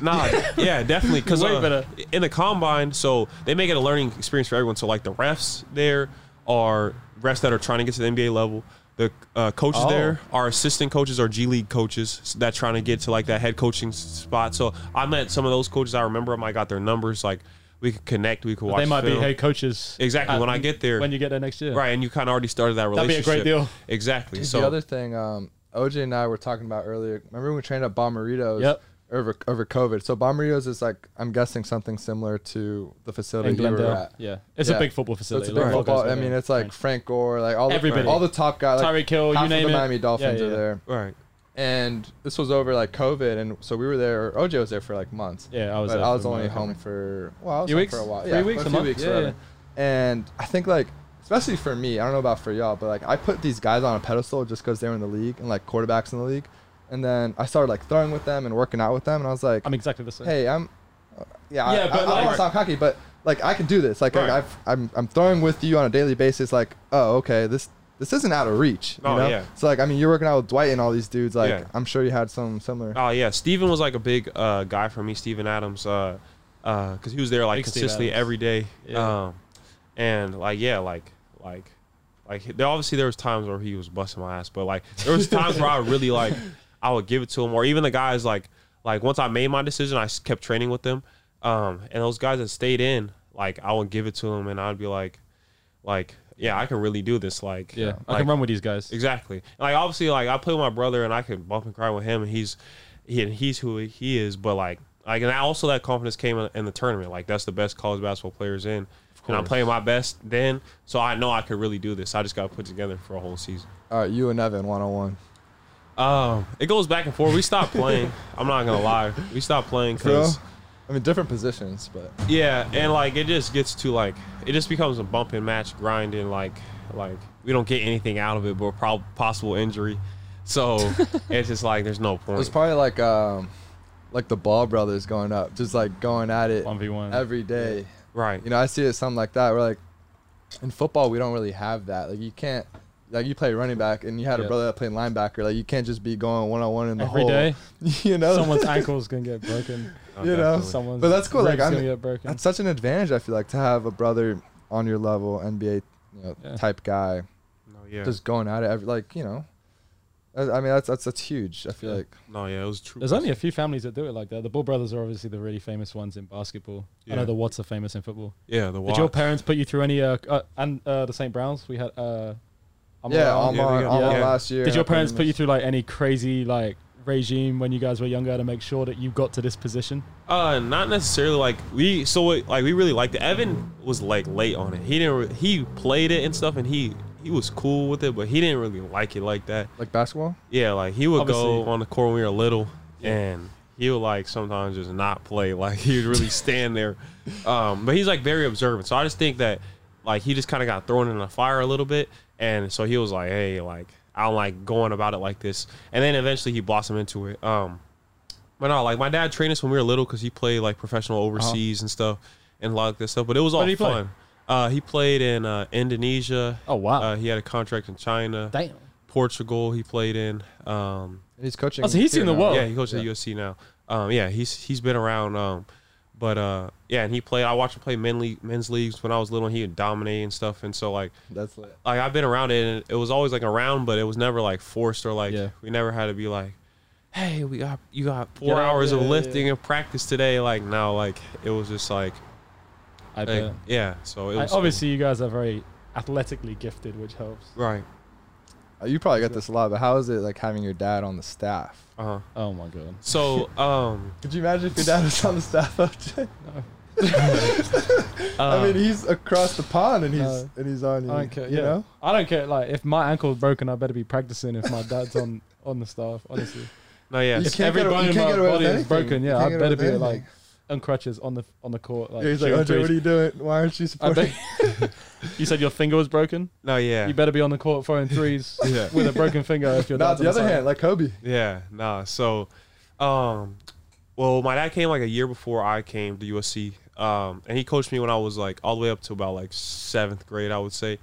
Speaker 2: Nah, yeah, definitely. Because
Speaker 3: [LAUGHS] Way
Speaker 2: uh,
Speaker 3: better.
Speaker 2: in the combine, so they make it a learning experience for everyone. So like the refs there are refs that are trying to get to the NBA level. The uh, coaches
Speaker 1: Oh.
Speaker 2: there are assistant coaches or G League coaches that trying to get to like that head coaching s- spot. So I met some of those coaches. I remember them. I got their numbers. Like we could connect. We could watch.
Speaker 3: they might be
Speaker 2: film.
Speaker 3: head coaches.
Speaker 2: Exactly,
Speaker 3: at-
Speaker 2: when I get there.
Speaker 3: When you get there next year.
Speaker 2: Right, and you kind of already started that
Speaker 3: That'd be a
Speaker 2: relationship.
Speaker 3: great deal.
Speaker 2: Exactly.
Speaker 1: Dude,
Speaker 2: so
Speaker 1: the other thing, um, OJ and I were talking about earlier. Remember when we trained at Bomberitos
Speaker 3: Yep.
Speaker 1: over over COVID? So Bomberitos is like I'm guessing something similar to the facility
Speaker 3: In
Speaker 1: you were
Speaker 3: Glendale.
Speaker 1: at.
Speaker 3: Yeah. It's a
Speaker 1: Yeah.
Speaker 3: big football
Speaker 1: So
Speaker 3: facility.
Speaker 1: it's a big
Speaker 3: Like,
Speaker 1: football.
Speaker 3: football's
Speaker 1: I
Speaker 3: there.
Speaker 1: mean, it's like Frank Gore, like all
Speaker 3: Everybody.
Speaker 1: the all the top guys, like
Speaker 3: Tyreek Hill, you
Speaker 1: half
Speaker 3: name
Speaker 1: of
Speaker 3: it.
Speaker 1: the Miami Dolphins
Speaker 3: Yeah, yeah.
Speaker 1: are there.
Speaker 2: right.
Speaker 1: And this was over like COVID, and so we were there. Or OJ was there for like months.
Speaker 3: Yeah, I was
Speaker 1: But
Speaker 3: there
Speaker 1: I
Speaker 3: for
Speaker 1: was
Speaker 3: a
Speaker 1: only
Speaker 3: minute,
Speaker 1: home for well, I was
Speaker 3: Few
Speaker 1: home
Speaker 3: weeks?
Speaker 1: for a while.
Speaker 3: Three
Speaker 1: yeah,
Speaker 3: weeks,
Speaker 1: a
Speaker 3: a
Speaker 1: few
Speaker 3: month?
Speaker 1: weeks,
Speaker 3: Yeah,
Speaker 1: whatever. And I think like especially for me, I don't know about for y'all, but like I put these guys on a pedestal just because they're in the league and like quarterbacks in the league. And then I started like throwing with them and working out with them, and I was like,
Speaker 3: I'm exactly the same.
Speaker 1: hey, I'm, uh, yeah,
Speaker 3: Yeah,
Speaker 1: I,
Speaker 3: but
Speaker 1: I, I
Speaker 3: like-
Speaker 1: don't sound cocky, but like I can do this. Like
Speaker 2: Right.
Speaker 1: I, I've, I'm, I'm throwing with you on a daily basis. Like, oh, okay, this this isn't out of reach. You
Speaker 2: Oh,
Speaker 1: know?
Speaker 2: yeah.
Speaker 1: So like, I mean, you're working out with Dwight and all these dudes. Like,
Speaker 2: Yeah.
Speaker 1: I'm sure you had some similar.
Speaker 2: Oh yeah, Steven was like a big uh, guy for me. Steven Adams, because uh, uh 'cause he was there like
Speaker 3: Big Steve
Speaker 2: consistently
Speaker 3: Adams.
Speaker 2: every day.
Speaker 3: Yeah.
Speaker 2: Um, and like yeah, like like like there obviously there was times where he was busting my ass, but like there was times where I really
Speaker 3: [LAUGHS]
Speaker 2: like I would give it to him, or even the guys like like once I made my decision, I s- kept training with them. Um, and those guys that stayed in, like I would give it to them, and I'd be like, like yeah, I can really do this. Like
Speaker 3: yeah. I
Speaker 2: like,
Speaker 3: can run with these guys.
Speaker 2: Exactly. And, Like obviously, like I play with my brother, and I can bump and cry with him, and he's he and he's who he is. But like like, and I also that confidence came in, in the tournament. Like that's the best college basketball players in, and I'm playing my best then, so I know I could really do this. I just got to put together for a whole season.
Speaker 1: All right, you and Evan one on one.
Speaker 2: Um, it goes back and forth. We stopped playing. I'm not gonna lie. We stopped playing
Speaker 1: Phil.
Speaker 2: because.
Speaker 1: I mean, different positions, but
Speaker 2: Yeah, and like it just gets to like it just becomes a bumping match, grinding. Like like we don't get anything out of it, but prob- possible injury. So it's just like there's no
Speaker 1: it was
Speaker 2: point.
Speaker 1: probably like um, like the Ball brothers going up, just like going at it
Speaker 3: 1v1.
Speaker 1: every day.
Speaker 2: right.
Speaker 1: You know, I see it something like that. We're like, in football, we don't really have that. Like, you can't, like, you play running back, and you had a
Speaker 3: Yeah.
Speaker 1: brother that played linebacker. Like, you can't just be going one on one in the
Speaker 3: Every
Speaker 1: hole.
Speaker 3: day?
Speaker 1: [LAUGHS] you know,
Speaker 3: Someone's ankle's going to get broken.
Speaker 1: you know,
Speaker 2: Oh, Definitely.
Speaker 3: Someone's
Speaker 1: But that's cool, like,
Speaker 3: ribs
Speaker 1: I'm-
Speaker 3: gonna get broken.
Speaker 1: [LAUGHS] that's such an advantage. I feel like to have a brother on your level, NBA you know,
Speaker 3: Yeah.
Speaker 1: type guy,
Speaker 2: No, yeah.
Speaker 1: just going at it. Every, like, you know, I, I mean, that's that's that's huge. I feel
Speaker 3: Yeah.
Speaker 1: like
Speaker 2: no, yeah. It was true.
Speaker 3: There's only a few families that do it like that. The Bull brothers are obviously the really famous ones in basketball. I
Speaker 2: Yeah.
Speaker 3: know the Watts are famous in football.
Speaker 2: yeah. The
Speaker 3: Did your parents put you through any uh, uh and uh, the St. Browns? We had uh Amara
Speaker 1: yeah,
Speaker 3: on.
Speaker 1: Amon,
Speaker 2: Yeah, we got-
Speaker 1: Amon
Speaker 2: yeah.
Speaker 1: last year.
Speaker 3: Did your
Speaker 1: I pretty
Speaker 3: parents put
Speaker 1: much-
Speaker 3: you through like any crazy like regime when you guys were younger to make sure that you got to this position?
Speaker 2: Uh, not necessarily. Like we, so what, like we really liked it. Evan was like late on it. He didn't. Re- he played it and stuff, and he he was cool with it, but he didn't really like it like that.
Speaker 1: like basketball?
Speaker 2: Yeah, like he would go
Speaker 3: Obviously.
Speaker 2: on the court when we were little, and he would like sometimes just [LAUGHS] not play. Like he would really stand there. Um, but he's like very observant. So I just think that like he just kind of got thrown in the fire a little bit, and so he was like, "Hey, like I don't like going about it like this." And then eventually he blossomed into it. Um, but no, like my dad trained us when we were little because he played like professional overseas and stuff and a lot of this stuff. But it was all
Speaker 3: Uh-huh. did he play?
Speaker 2: fun. Uh, he played in uh, Indonesia.
Speaker 3: Oh, wow.
Speaker 2: Uh, he had a contract in China,
Speaker 3: Damn.
Speaker 2: Portugal. He played in. Um,
Speaker 1: And he's coaching.
Speaker 3: Oh, so he's
Speaker 1: here
Speaker 3: seen the
Speaker 1: now.
Speaker 3: world.
Speaker 2: yeah, he goes to the USC now. Um, yeah, he's he's been around. Um, but uh, yeah, and he played. I watched him play men league, men's leagues when I was little. and He would dominate and stuff. And so like,
Speaker 1: That's lit.
Speaker 2: like I've been around it, and it was always like around, but it was never like forced or like
Speaker 3: Yeah.
Speaker 2: we never had to be like, hey, we got you got four
Speaker 3: Yeah,
Speaker 2: hours of
Speaker 3: yeah, yeah,
Speaker 2: lifting and practice today. Like no, like it was just like,
Speaker 3: I
Speaker 2: like,
Speaker 3: bet.
Speaker 2: yeah. So it
Speaker 3: I-
Speaker 2: was
Speaker 3: obviously, you guys are very athletically gifted, which helps.
Speaker 2: right.
Speaker 1: Uh, You probably got this a lot, but how is it like having your dad on the staff?
Speaker 2: Uh huh.
Speaker 3: Oh my god.
Speaker 2: So um,
Speaker 1: Could you imagine if your dad was on the staff? OJ? I mean, he's across the pond and he's
Speaker 3: Uh, No.
Speaker 1: and he's on you.
Speaker 3: I don't care.
Speaker 1: You
Speaker 3: yeah.
Speaker 1: know,
Speaker 3: I don't care. Like, if my ankle's broken, I better be practicing. If my dad's on [LAUGHS] on the staff, honestly,
Speaker 2: no, yeah.
Speaker 1: You
Speaker 3: if
Speaker 1: can't
Speaker 3: every
Speaker 1: get away-
Speaker 3: bone
Speaker 1: you
Speaker 3: in
Speaker 1: can't
Speaker 3: my
Speaker 1: get away with
Speaker 3: body is
Speaker 1: anything.
Speaker 3: broken,
Speaker 1: You
Speaker 3: yeah,
Speaker 1: can't
Speaker 3: I
Speaker 1: get away
Speaker 3: better
Speaker 1: with
Speaker 3: be like
Speaker 1: anything.
Speaker 3: on crutches on the on the court. Like,
Speaker 1: Yeah, he's like,
Speaker 3: shooting
Speaker 1: OJ, what are
Speaker 3: threes."
Speaker 1: you doing? Why aren't you
Speaker 3: I
Speaker 1: supporting?
Speaker 3: [LAUGHS] bet- you said your finger was broken.
Speaker 2: no, yeah.
Speaker 3: You better be on the court throwing
Speaker 1: [LAUGHS]
Speaker 3: threes
Speaker 2: Yeah.
Speaker 3: with a broken finger if you're.
Speaker 1: Now, on the other hand, like Kobe,
Speaker 2: Yeah, nah. So, um, well, my dad came like a year before I came to USC, um, and he coached me when I was like all the way up to about like seventh grade, I would say.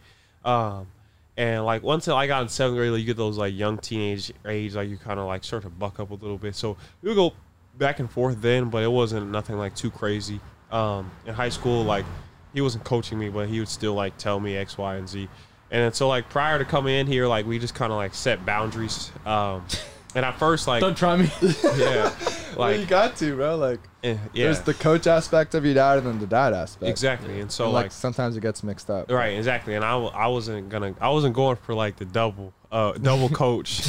Speaker 2: Um, and like once I got in seventh grade, like, you get those like young teenage age, like you kind of like start to buck up a little bit. So we would go back and forth then, but it wasn't nothing like too crazy. Um, in high school, like he wasn't coaching me, but he would still like tell me X, Y, and Z. And then, so like prior to coming in here, like we just kind of like set boundaries. Um, and at first, like
Speaker 3: [LAUGHS] don't try me.
Speaker 2: yeah,
Speaker 1: like, you
Speaker 2: like
Speaker 1: got to, bro. Like,
Speaker 2: eh, yeah,
Speaker 1: there's the coach aspect of your dad and then the dad aspect.
Speaker 2: exactly. And so
Speaker 1: And,
Speaker 2: like,
Speaker 1: like sometimes it gets mixed up.
Speaker 2: right, exactly. And I, w- I wasn't gonna, I wasn't going for like the double, uh, [LAUGHS] double coach.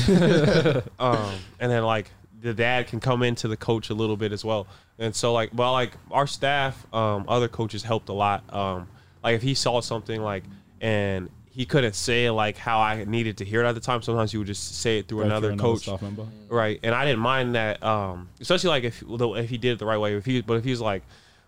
Speaker 2: um, and then like the dad can come into the coach a little bit as well. And so like, well, like our staff, um, other coaches helped a lot. Um, like if he saw something like and. He couldn't say like how I needed to hear it at the time. Sometimes he would just say it through [LAUGHS] another coach.
Speaker 3: staff member.
Speaker 2: right? And I didn't mind that, um, especially like if the- if he did it the right way. If he, but if he's like,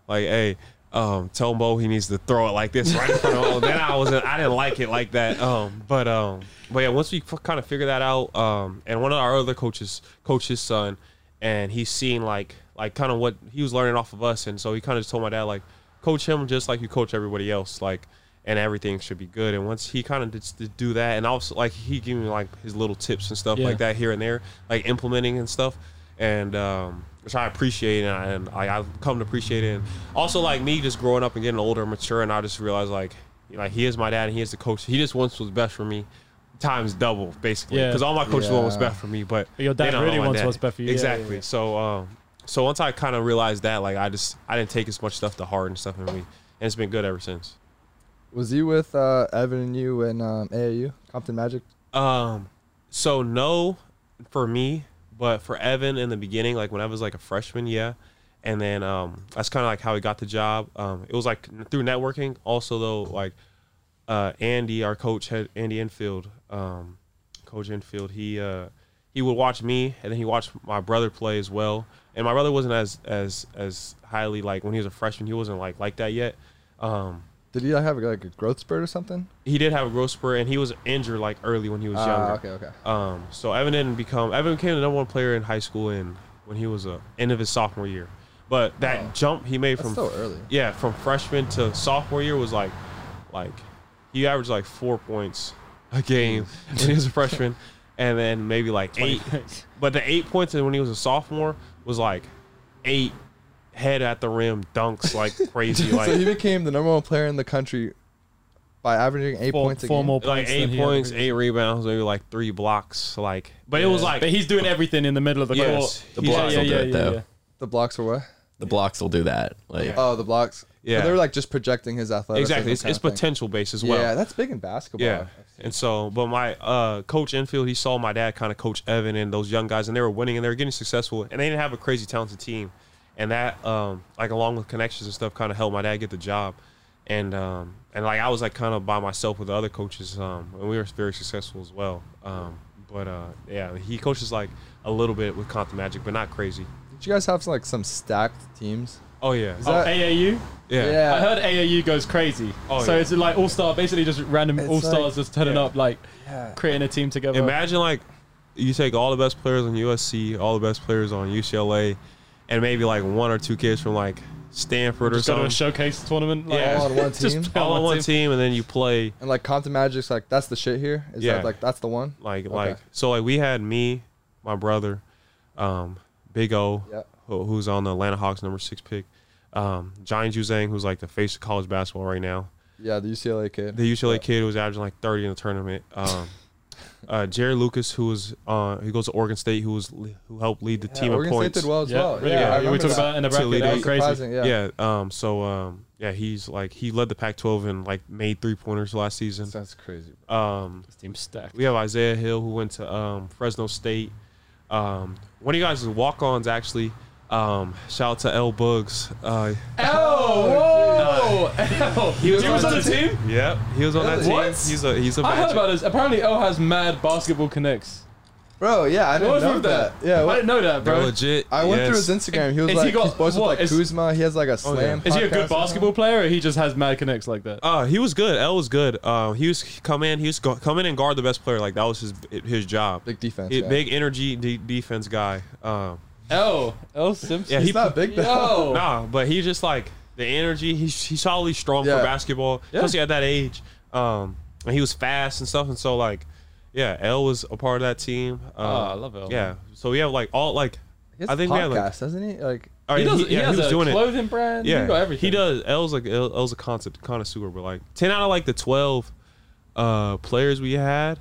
Speaker 2: like, hey, um, tell Bo he needs to throw it like this right in front of all. Then I wasn't, I didn't like it like that. Um, but um, but yeah, once we f- kind of figured that out, um, and one of our other coaches, coached his son, and he's seen like like kind of what he was learning off of us, and so he kind of just told my dad like, coach him just like you coach everybody else, like. And everything should be good. And once he kind of did, did do that, and also like he gave me like his little tips and stuff
Speaker 3: Yeah.
Speaker 2: like that that here and there, like implementing and stuff, and um, which I appreciate and, I, and I, I've come to appreciate it. And also, like me, just growing up and getting older and mature, and I just realized like, like he is my dad and he is the coach. He just wants what's best for me, times double basically,
Speaker 3: Yeah.
Speaker 2: because all my coaches want what's
Speaker 1: Yeah.
Speaker 2: best for me, but
Speaker 3: But your dad
Speaker 2: they don't
Speaker 3: really
Speaker 2: know my
Speaker 3: wants what's best for you. Yeah,
Speaker 2: Exactly.
Speaker 3: yeah, yeah.
Speaker 2: So, um, so once I kind of realized that, like I just I didn't take as much stuff to heart and stuff in me, and it's been good ever since.
Speaker 1: Was he with uh, Evan and you in um, AAU Compton Magic?
Speaker 2: Um, so no, for me, but for Evan in the beginning, like when I was like a freshman, yeah, and then um, that's kind of like how he got the job. Um, it was like through networking. Also though, like uh, Andy, our coach, had Andy Enfield, um, Coach Enfield. He uh, he would watch me, and then he watched my brother play as well. And my brother wasn't as as as highly like when he was a freshman. He wasn't like like that yet. Um,
Speaker 1: Did he like, have like a growth spurt or something?
Speaker 2: he did have a growth spurt, and he was injured like early when he was
Speaker 1: Ah,
Speaker 2: younger.
Speaker 1: okay, okay.
Speaker 2: Um, so Evan didn't become Evan became the number one player in high school in when he was a end of his sophomore year. But that jump he made
Speaker 1: That's
Speaker 2: from
Speaker 1: still early.
Speaker 2: yeah from freshman to sophomore year was like like he averaged like four points a game when he was a freshman, and then maybe like eight. But the eight points when he was a sophomore was like eight head at the rim dunks
Speaker 1: [LAUGHS]
Speaker 2: like crazy like
Speaker 1: so he became the number one player in the country by averaging eight
Speaker 3: Four,
Speaker 1: points a
Speaker 3: four
Speaker 1: game.
Speaker 3: more
Speaker 2: like
Speaker 3: points. than
Speaker 2: eight
Speaker 3: he had
Speaker 2: points,
Speaker 3: previously.
Speaker 2: eight rebounds, maybe like three blocks. Like, but it was like
Speaker 3: but he's doing everything in the middle of the
Speaker 2: Yes.
Speaker 3: court.
Speaker 2: The
Speaker 3: Yeah,
Speaker 8: blocks
Speaker 3: yeah,
Speaker 8: will do
Speaker 3: yeah,
Speaker 8: it,
Speaker 3: yeah,
Speaker 8: though.
Speaker 3: yeah.
Speaker 1: The blocks were what?
Speaker 8: The blocks will do that. Like,
Speaker 1: Oh, the blocks.
Speaker 2: Yeah.
Speaker 1: So they were like just projecting his athleticism.
Speaker 2: exactly. It's,
Speaker 1: kind
Speaker 2: it's
Speaker 1: of thing.
Speaker 2: potential based as well.
Speaker 1: Yeah, that's big in basketball.
Speaker 2: Yeah. And so, but my uh, coach Enfield, he saw my dad kind of coach Evan and those young guys, and they were winning and they were getting successful, and they didn't have a crazy talented team, and that um, like along with connections and stuff, kind of helped my dad get the job, and um, and like I was like kind of by myself with the other coaches, um, and we were very successful as well. Um, but uh, yeah, he coaches like a little bit with Compton Magic, but not crazy.
Speaker 1: Did you guys have like some stacked teams?
Speaker 2: Oh yeah,
Speaker 1: that-
Speaker 3: AAU.
Speaker 2: Yeah.
Speaker 1: Yeah.
Speaker 3: I heard AAU goes crazy.
Speaker 2: Oh,
Speaker 3: so
Speaker 2: yeah.
Speaker 3: it's like all star, basically just random
Speaker 1: It's
Speaker 3: all stars
Speaker 1: like-
Speaker 3: just turning up, like creating a team together.
Speaker 2: Imagine like you take all the best players on USC, all the best players on UCLA, and maybe like one or two kids from like Stanford
Speaker 3: just
Speaker 2: or
Speaker 3: go to a
Speaker 2: something.
Speaker 3: showcase tournament. Like,
Speaker 2: Yeah. All
Speaker 1: on one
Speaker 3: [LAUGHS] just
Speaker 1: team?
Speaker 3: play
Speaker 2: all on one team, and then you play
Speaker 1: And like Compton Magic's like that's the shit here. Is
Speaker 2: Yeah.
Speaker 1: that like that's the one?
Speaker 2: like
Speaker 1: Okay.
Speaker 2: like so like we had me, my brother, um, Big O,
Speaker 1: Yep.
Speaker 2: who, who's on the Atlanta Hawks number six pick, um, Johnny Juzang, who's like the face of college basketball right now,
Speaker 1: Yeah, the UCLA kid.
Speaker 2: the UCLA kid who was averaging like thirty in the tournament, um, uh, Jerry Lucas, who was uh, he goes to Oregon State, who was who helped lead the
Speaker 1: Yeah,
Speaker 2: team
Speaker 1: Oregon
Speaker 2: in points.
Speaker 1: State did well as
Speaker 3: Yeah,
Speaker 1: well.
Speaker 3: really
Speaker 1: yeah, I
Speaker 3: yeah, we
Speaker 1: remember
Speaker 3: talked
Speaker 1: that.
Speaker 3: about it in the
Speaker 2: To
Speaker 3: bracket.
Speaker 2: lead
Speaker 3: That
Speaker 2: it.
Speaker 3: was crazy.
Speaker 1: Surprising, yeah.
Speaker 2: Yeah. Um. So. Um. Yeah. He's like he led the Pac-12 and like made three pointers last season.
Speaker 1: That's crazy. Bro.
Speaker 2: Um.
Speaker 3: This team's stacked.
Speaker 2: We have Isaiah Hill who went to um, Fresno State. Um. One of you guys is walk-ons actually. Um. Shout out to L Bugs. Uh.
Speaker 3: Oh, whoa! He was, on the team.
Speaker 2: Yep. He was on that
Speaker 1: Really?
Speaker 2: team.
Speaker 3: What?
Speaker 2: He's a he's a.
Speaker 3: I heard
Speaker 2: magic-
Speaker 3: about this. Apparently, El has mad basketball connects.
Speaker 1: Bro, yeah, I
Speaker 3: What
Speaker 1: didn't
Speaker 3: was
Speaker 1: know
Speaker 3: with
Speaker 1: that.
Speaker 3: that?
Speaker 1: Yeah,
Speaker 3: I
Speaker 1: what,
Speaker 3: didn't know that,
Speaker 2: They're
Speaker 3: bro.
Speaker 2: legit.
Speaker 1: I went
Speaker 2: yes.
Speaker 1: through his Instagram. He was
Speaker 3: Is he
Speaker 1: like,
Speaker 3: got-
Speaker 1: he's boys with
Speaker 3: what,
Speaker 1: like
Speaker 3: is-
Speaker 1: Kuzma. He has like a
Speaker 2: Oh, yeah.
Speaker 1: slam.
Speaker 3: Is he a
Speaker 1: podcast
Speaker 3: good
Speaker 1: and
Speaker 3: basketball player, or he just has mad connects like that?
Speaker 2: Uh, he was good. L was good. Um, he was he come in. He was go, come in and guard the best player. Like that was his his job.
Speaker 1: Big defense,
Speaker 2: He-
Speaker 1: yeah.
Speaker 2: Big energy de- defense guy. Um,
Speaker 3: El, El Simpson.
Speaker 2: yeah.
Speaker 1: He's
Speaker 2: He
Speaker 1: not big though.
Speaker 2: [LAUGHS]
Speaker 3: Yo.
Speaker 2: Nah, but he just like the energy. He's he's solidly strong
Speaker 1: Yeah.
Speaker 2: for basketball, especially at that age. Um, and he was fast and stuff, and so like, yeah, L was a part of that team. Um,
Speaker 3: Ah, I love L.
Speaker 2: Yeah, so we have like all like,
Speaker 1: He has
Speaker 2: I think
Speaker 1: a
Speaker 2: we
Speaker 1: podcast,
Speaker 2: have like,
Speaker 1: doesn't he? Like,
Speaker 2: all
Speaker 3: He
Speaker 2: right,
Speaker 3: does.
Speaker 2: he,
Speaker 3: He,
Speaker 2: yeah,
Speaker 3: has
Speaker 2: he was
Speaker 3: a
Speaker 2: doing it.
Speaker 3: clothing brand.
Speaker 2: Yeah,
Speaker 3: he got everything.
Speaker 2: he does. L's like L, L's a concept connoisseur, but like ten out of like the twelve uh players we had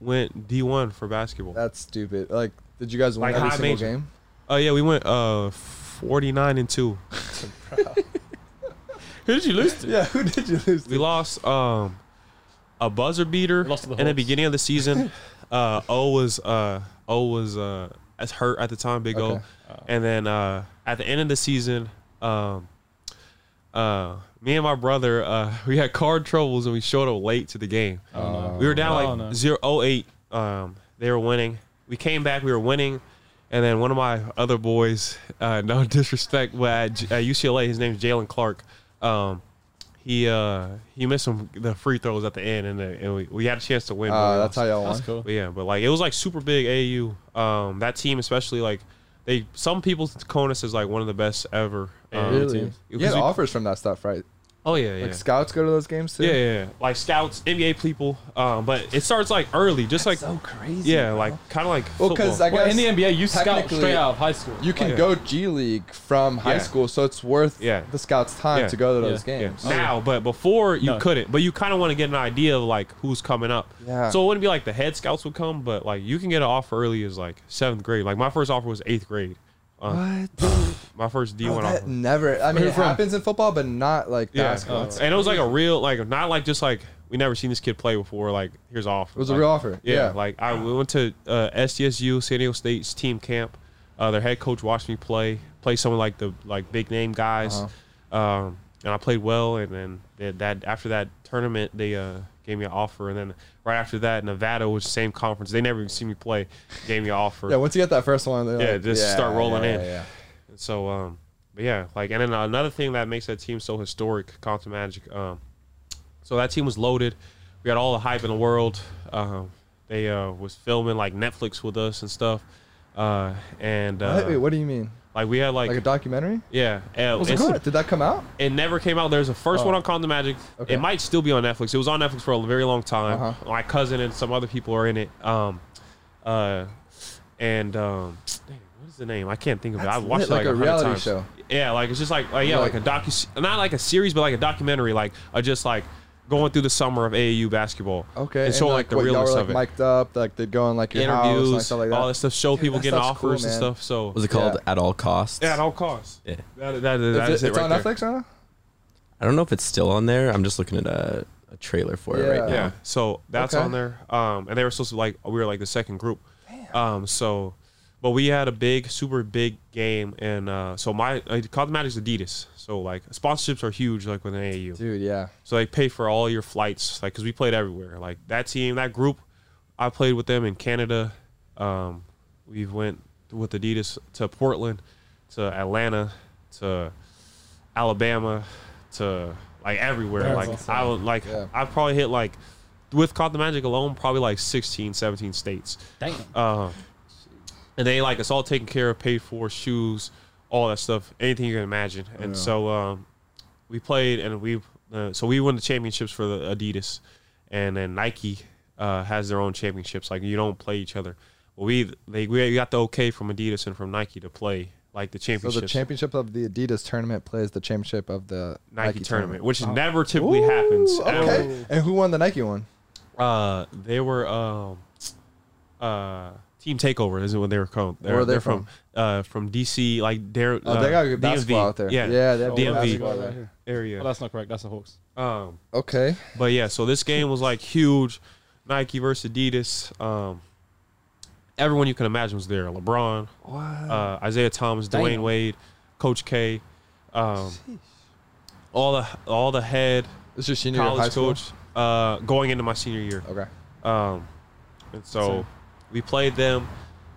Speaker 2: went D one for basketball.
Speaker 1: that's stupid. Like, did you guys win
Speaker 2: Like,
Speaker 1: every
Speaker 2: high
Speaker 1: single
Speaker 2: major.
Speaker 1: game?
Speaker 2: Oh yeah, we went uh forty nine and two.
Speaker 3: Who did you lose to?
Speaker 1: Yeah, who did you lose?
Speaker 2: We lost um, a buzzer beater
Speaker 3: We lost to the
Speaker 2: in the
Speaker 3: Hawks.
Speaker 2: beginning of the
Speaker 3: [LAUGHS]
Speaker 2: season. uh, o was uh, O was uh, as hurt at the time, Big
Speaker 1: Okay.
Speaker 2: O, and then uh, at the end of the season, um, uh, me and my brother uh, [LAUGHS] we had card troubles and we showed up late to the game. We were down
Speaker 3: Oh,
Speaker 2: like
Speaker 3: no.
Speaker 2: zero oh eight. Um, they were winning. We came back. We were winning. And then one of my other boys, uh, [LAUGHS] no disrespect, but at, J- at UCLA, his name's Jalen Clark. Um, he uh, he missed some the free throws at the end, and, the, and we, we had a chance to win. but we
Speaker 1: Uh, that's
Speaker 2: lost.
Speaker 1: how y'all
Speaker 3: That's
Speaker 1: won.
Speaker 3: cool.
Speaker 2: But yeah, but like it was like super big AU. Um, that team especially like they some people cone us as like one of the best ever. Um,
Speaker 1: Really? You
Speaker 2: Because
Speaker 1: had
Speaker 2: we-
Speaker 1: offers from that stuff, right?
Speaker 2: Oh yeah, yeah.
Speaker 1: Like scouts go to those games too.
Speaker 2: Yeah, yeah, yeah. like scouts, NBA people. Um, but it starts like early, just like
Speaker 1: So crazy.
Speaker 2: yeah, like kind of like
Speaker 1: Well, because I
Speaker 2: football.
Speaker 1: guess
Speaker 3: Well, in the NBA, you scout
Speaker 1: technically,
Speaker 3: straight out of high school.
Speaker 1: you can
Speaker 2: Oh, yeah.
Speaker 1: go G League from high
Speaker 2: Yeah.
Speaker 1: school, so it's worth
Speaker 2: Yeah.
Speaker 1: the scouts' time
Speaker 2: Yeah.
Speaker 1: to go to
Speaker 3: Yeah.
Speaker 1: those
Speaker 3: Yeah.
Speaker 1: games.
Speaker 2: Yeah. now, but before you
Speaker 3: No.
Speaker 2: couldn't, but you kind of want to get an idea of like who's coming up.
Speaker 1: Yeah.
Speaker 2: So it wouldn't be like the head scouts would come, but like you can get an offer early as like seventh grade. Like my first offer was eighth grade. Um,
Speaker 1: What?
Speaker 2: my first D
Speaker 1: Bro,
Speaker 2: one
Speaker 1: Oh, that
Speaker 2: offer.
Speaker 1: never. I mean,
Speaker 3: you
Speaker 1: it
Speaker 3: from?
Speaker 1: happens in football, but not like
Speaker 2: Yeah,
Speaker 1: basketball.
Speaker 2: Uh, and it was like a real like not like just like we never seen this kid play before. Like here's an offer.
Speaker 1: It was
Speaker 2: like,
Speaker 1: a real offer.
Speaker 2: Yeah,
Speaker 1: Yeah,
Speaker 2: like I we went to uh, SDSU, San Diego State's team camp. Uh, their head coach watched me play, play some of like the like big name guys,
Speaker 1: Uh-huh.
Speaker 2: um, and I played well. And then that, that after that tournament, they uh, gave me an offer. And then right after that, Nevada was the same conference. They never even seen me play, gave me an offer.
Speaker 1: yeah. Once you get that first one, they're
Speaker 2: Yeah,
Speaker 1: like,
Speaker 2: just
Speaker 1: yeah,
Speaker 2: start rolling
Speaker 1: yeah,
Speaker 2: in.
Speaker 1: Yeah, yeah.
Speaker 2: And so, um, but yeah, like, and then another thing that makes that team so historic, Compton Magic. Um, so that team was loaded. We got all the hype in the world. Um, they uh, was filming like Netflix with us and stuff. Uh, and uh,
Speaker 1: Wait, wait, what do you mean?
Speaker 2: like we had like,
Speaker 1: Like a documentary?
Speaker 2: yeah, uh,
Speaker 1: Was it
Speaker 2: it's-
Speaker 1: good? Did that come out?
Speaker 2: it never came out. There's a first one on Condom Magic.
Speaker 1: Oh. Okay.
Speaker 2: It might still be on Netflix. It was on Netflix for a very long time.
Speaker 1: Uh-huh.
Speaker 2: My cousin and some other people are in it. Um, uh, and um, dang, what is the name? I can't think of
Speaker 1: That's
Speaker 2: it. I watched
Speaker 1: lit, like
Speaker 2: it like,
Speaker 1: a
Speaker 2: hundred
Speaker 1: reality
Speaker 2: times.
Speaker 1: show.
Speaker 2: Yeah, like it's just like, like yeah, like,
Speaker 1: Like-
Speaker 2: a docu, not like a series, but like a documentary, like uh, just like going through the summer of AAU basketball.
Speaker 1: Okay.
Speaker 2: and showing like, the
Speaker 1: what, y'all
Speaker 2: realness
Speaker 1: were,
Speaker 2: of
Speaker 1: like,
Speaker 2: it.
Speaker 1: Mic'd up, like they'd go on like your house,
Speaker 2: Interviews,
Speaker 1: like, stuff like that.
Speaker 2: all that stuff. Show people
Speaker 1: that
Speaker 2: getting
Speaker 1: stuff's cool,
Speaker 2: offers and
Speaker 1: man.
Speaker 2: stuff. So
Speaker 8: Was it called At All Costs?
Speaker 2: yeah, at all costs.
Speaker 8: Yeah.
Speaker 2: That, that, that,
Speaker 1: Is
Speaker 2: that's
Speaker 1: it-
Speaker 2: it
Speaker 1: it's
Speaker 2: right
Speaker 1: on
Speaker 2: there.
Speaker 1: Netflix right now.
Speaker 8: I don't know if it's still on there. I'm just looking at a, a trailer for it right
Speaker 1: Yeah.
Speaker 8: now.
Speaker 2: Yeah. Um, So that's
Speaker 1: Okay.
Speaker 2: on there. Um, and they were supposed to like we were like the second group. Um, so, but we had a big, super big game, and uh, so my I call the Magic's Adidas. So like sponsorships are huge, like with an AAU.
Speaker 1: Dude, yeah.
Speaker 2: So they pay for all your flights, like because we played everywhere. Like that team, that group, I played with them in Canada. Um, we went with Adidas to Portland, to Atlanta, to Alabama, to like everywhere.
Speaker 9: That's
Speaker 2: like
Speaker 9: awesome.
Speaker 2: I would like
Speaker 1: Yeah.
Speaker 2: I've probably hit like with Caught the Magic alone, probably like 16, 17 states.
Speaker 3: Damn.
Speaker 2: Uh, and they like it's all taken care of, paid for, shoes, all that stuff, anything you can imagine. And so um, we played, and we uh, so we won the championships for the Adidas, and then Nike uh, has their own championships. Like you don't play each other. Well, we they we got the okay from Adidas and from Nike to play like the
Speaker 1: So
Speaker 2: championships.
Speaker 1: the championship of the Adidas tournament plays the championship of the
Speaker 2: Nike, tournament,
Speaker 1: Which
Speaker 2: which never typically happens. ever.
Speaker 1: Oh. okay.
Speaker 3: Oh.
Speaker 1: And who won the Nike one?
Speaker 2: Uh, they were um, uh, Team Takeover is what they were called. They're,
Speaker 1: Where are they
Speaker 2: they're from? Uh, from DC, like they're.
Speaker 1: Oh,
Speaker 2: uh,
Speaker 1: they got good
Speaker 2: DMV.
Speaker 1: basketball out there.
Speaker 2: Yeah,
Speaker 1: yeah, they have good
Speaker 2: DMV.
Speaker 1: basketball there.
Speaker 3: Well,
Speaker 2: area.
Speaker 3: that's not correct. That's the Hawks.
Speaker 2: Um,
Speaker 1: Okay.
Speaker 2: but yeah, so this game was like huge. Nike versus Adidas. Um, everyone you can imagine was there. LeBron, uh, Isaiah Thomas, Dwayne
Speaker 3: Damn.
Speaker 2: Wade, Coach K, um, all the all the head
Speaker 1: It's your senior year of high
Speaker 2: college
Speaker 1: school. Oh,
Speaker 2: coach uh, going into my senior year.
Speaker 1: Okay.
Speaker 2: Um, and so, we played them.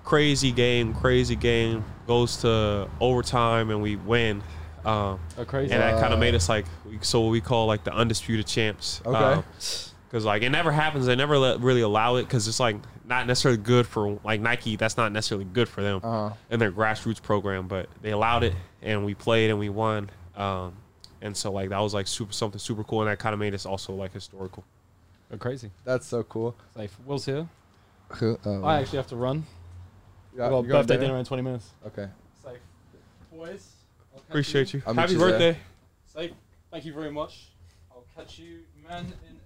Speaker 2: Crazy game, crazy game. Goes to overtime and we win. Um,
Speaker 3: Oh, crazy.
Speaker 2: and that kind of made
Speaker 1: Uh,
Speaker 2: us like, we- so what we call like the undisputed champs.
Speaker 1: Okay.
Speaker 2: because like it never happens, they never let, really allow it because it's like not necessarily good for like Nike. That's not necessarily good for them
Speaker 1: Uh-huh.
Speaker 2: in their grassroots program, but they allowed it and we played and we won. Um, and so like that was like super something super cool, and that kind of made us also like historical.
Speaker 3: Oh, crazy.
Speaker 1: That's so cool.
Speaker 3: Safe. Will's here.
Speaker 1: Who? Oh,
Speaker 3: I actually have to run.
Speaker 1: you
Speaker 3: I've
Speaker 1: got-
Speaker 3: got
Speaker 1: you got
Speaker 3: birthday
Speaker 1: dinner?
Speaker 3: dinner in 20 minutes.
Speaker 1: Okay.
Speaker 3: Safe. Boys.
Speaker 2: Appreciate you.
Speaker 1: I'll meet
Speaker 2: Happy
Speaker 1: you there.
Speaker 2: birthday.
Speaker 3: Safe. Thank you very much. I'll catch you, man, in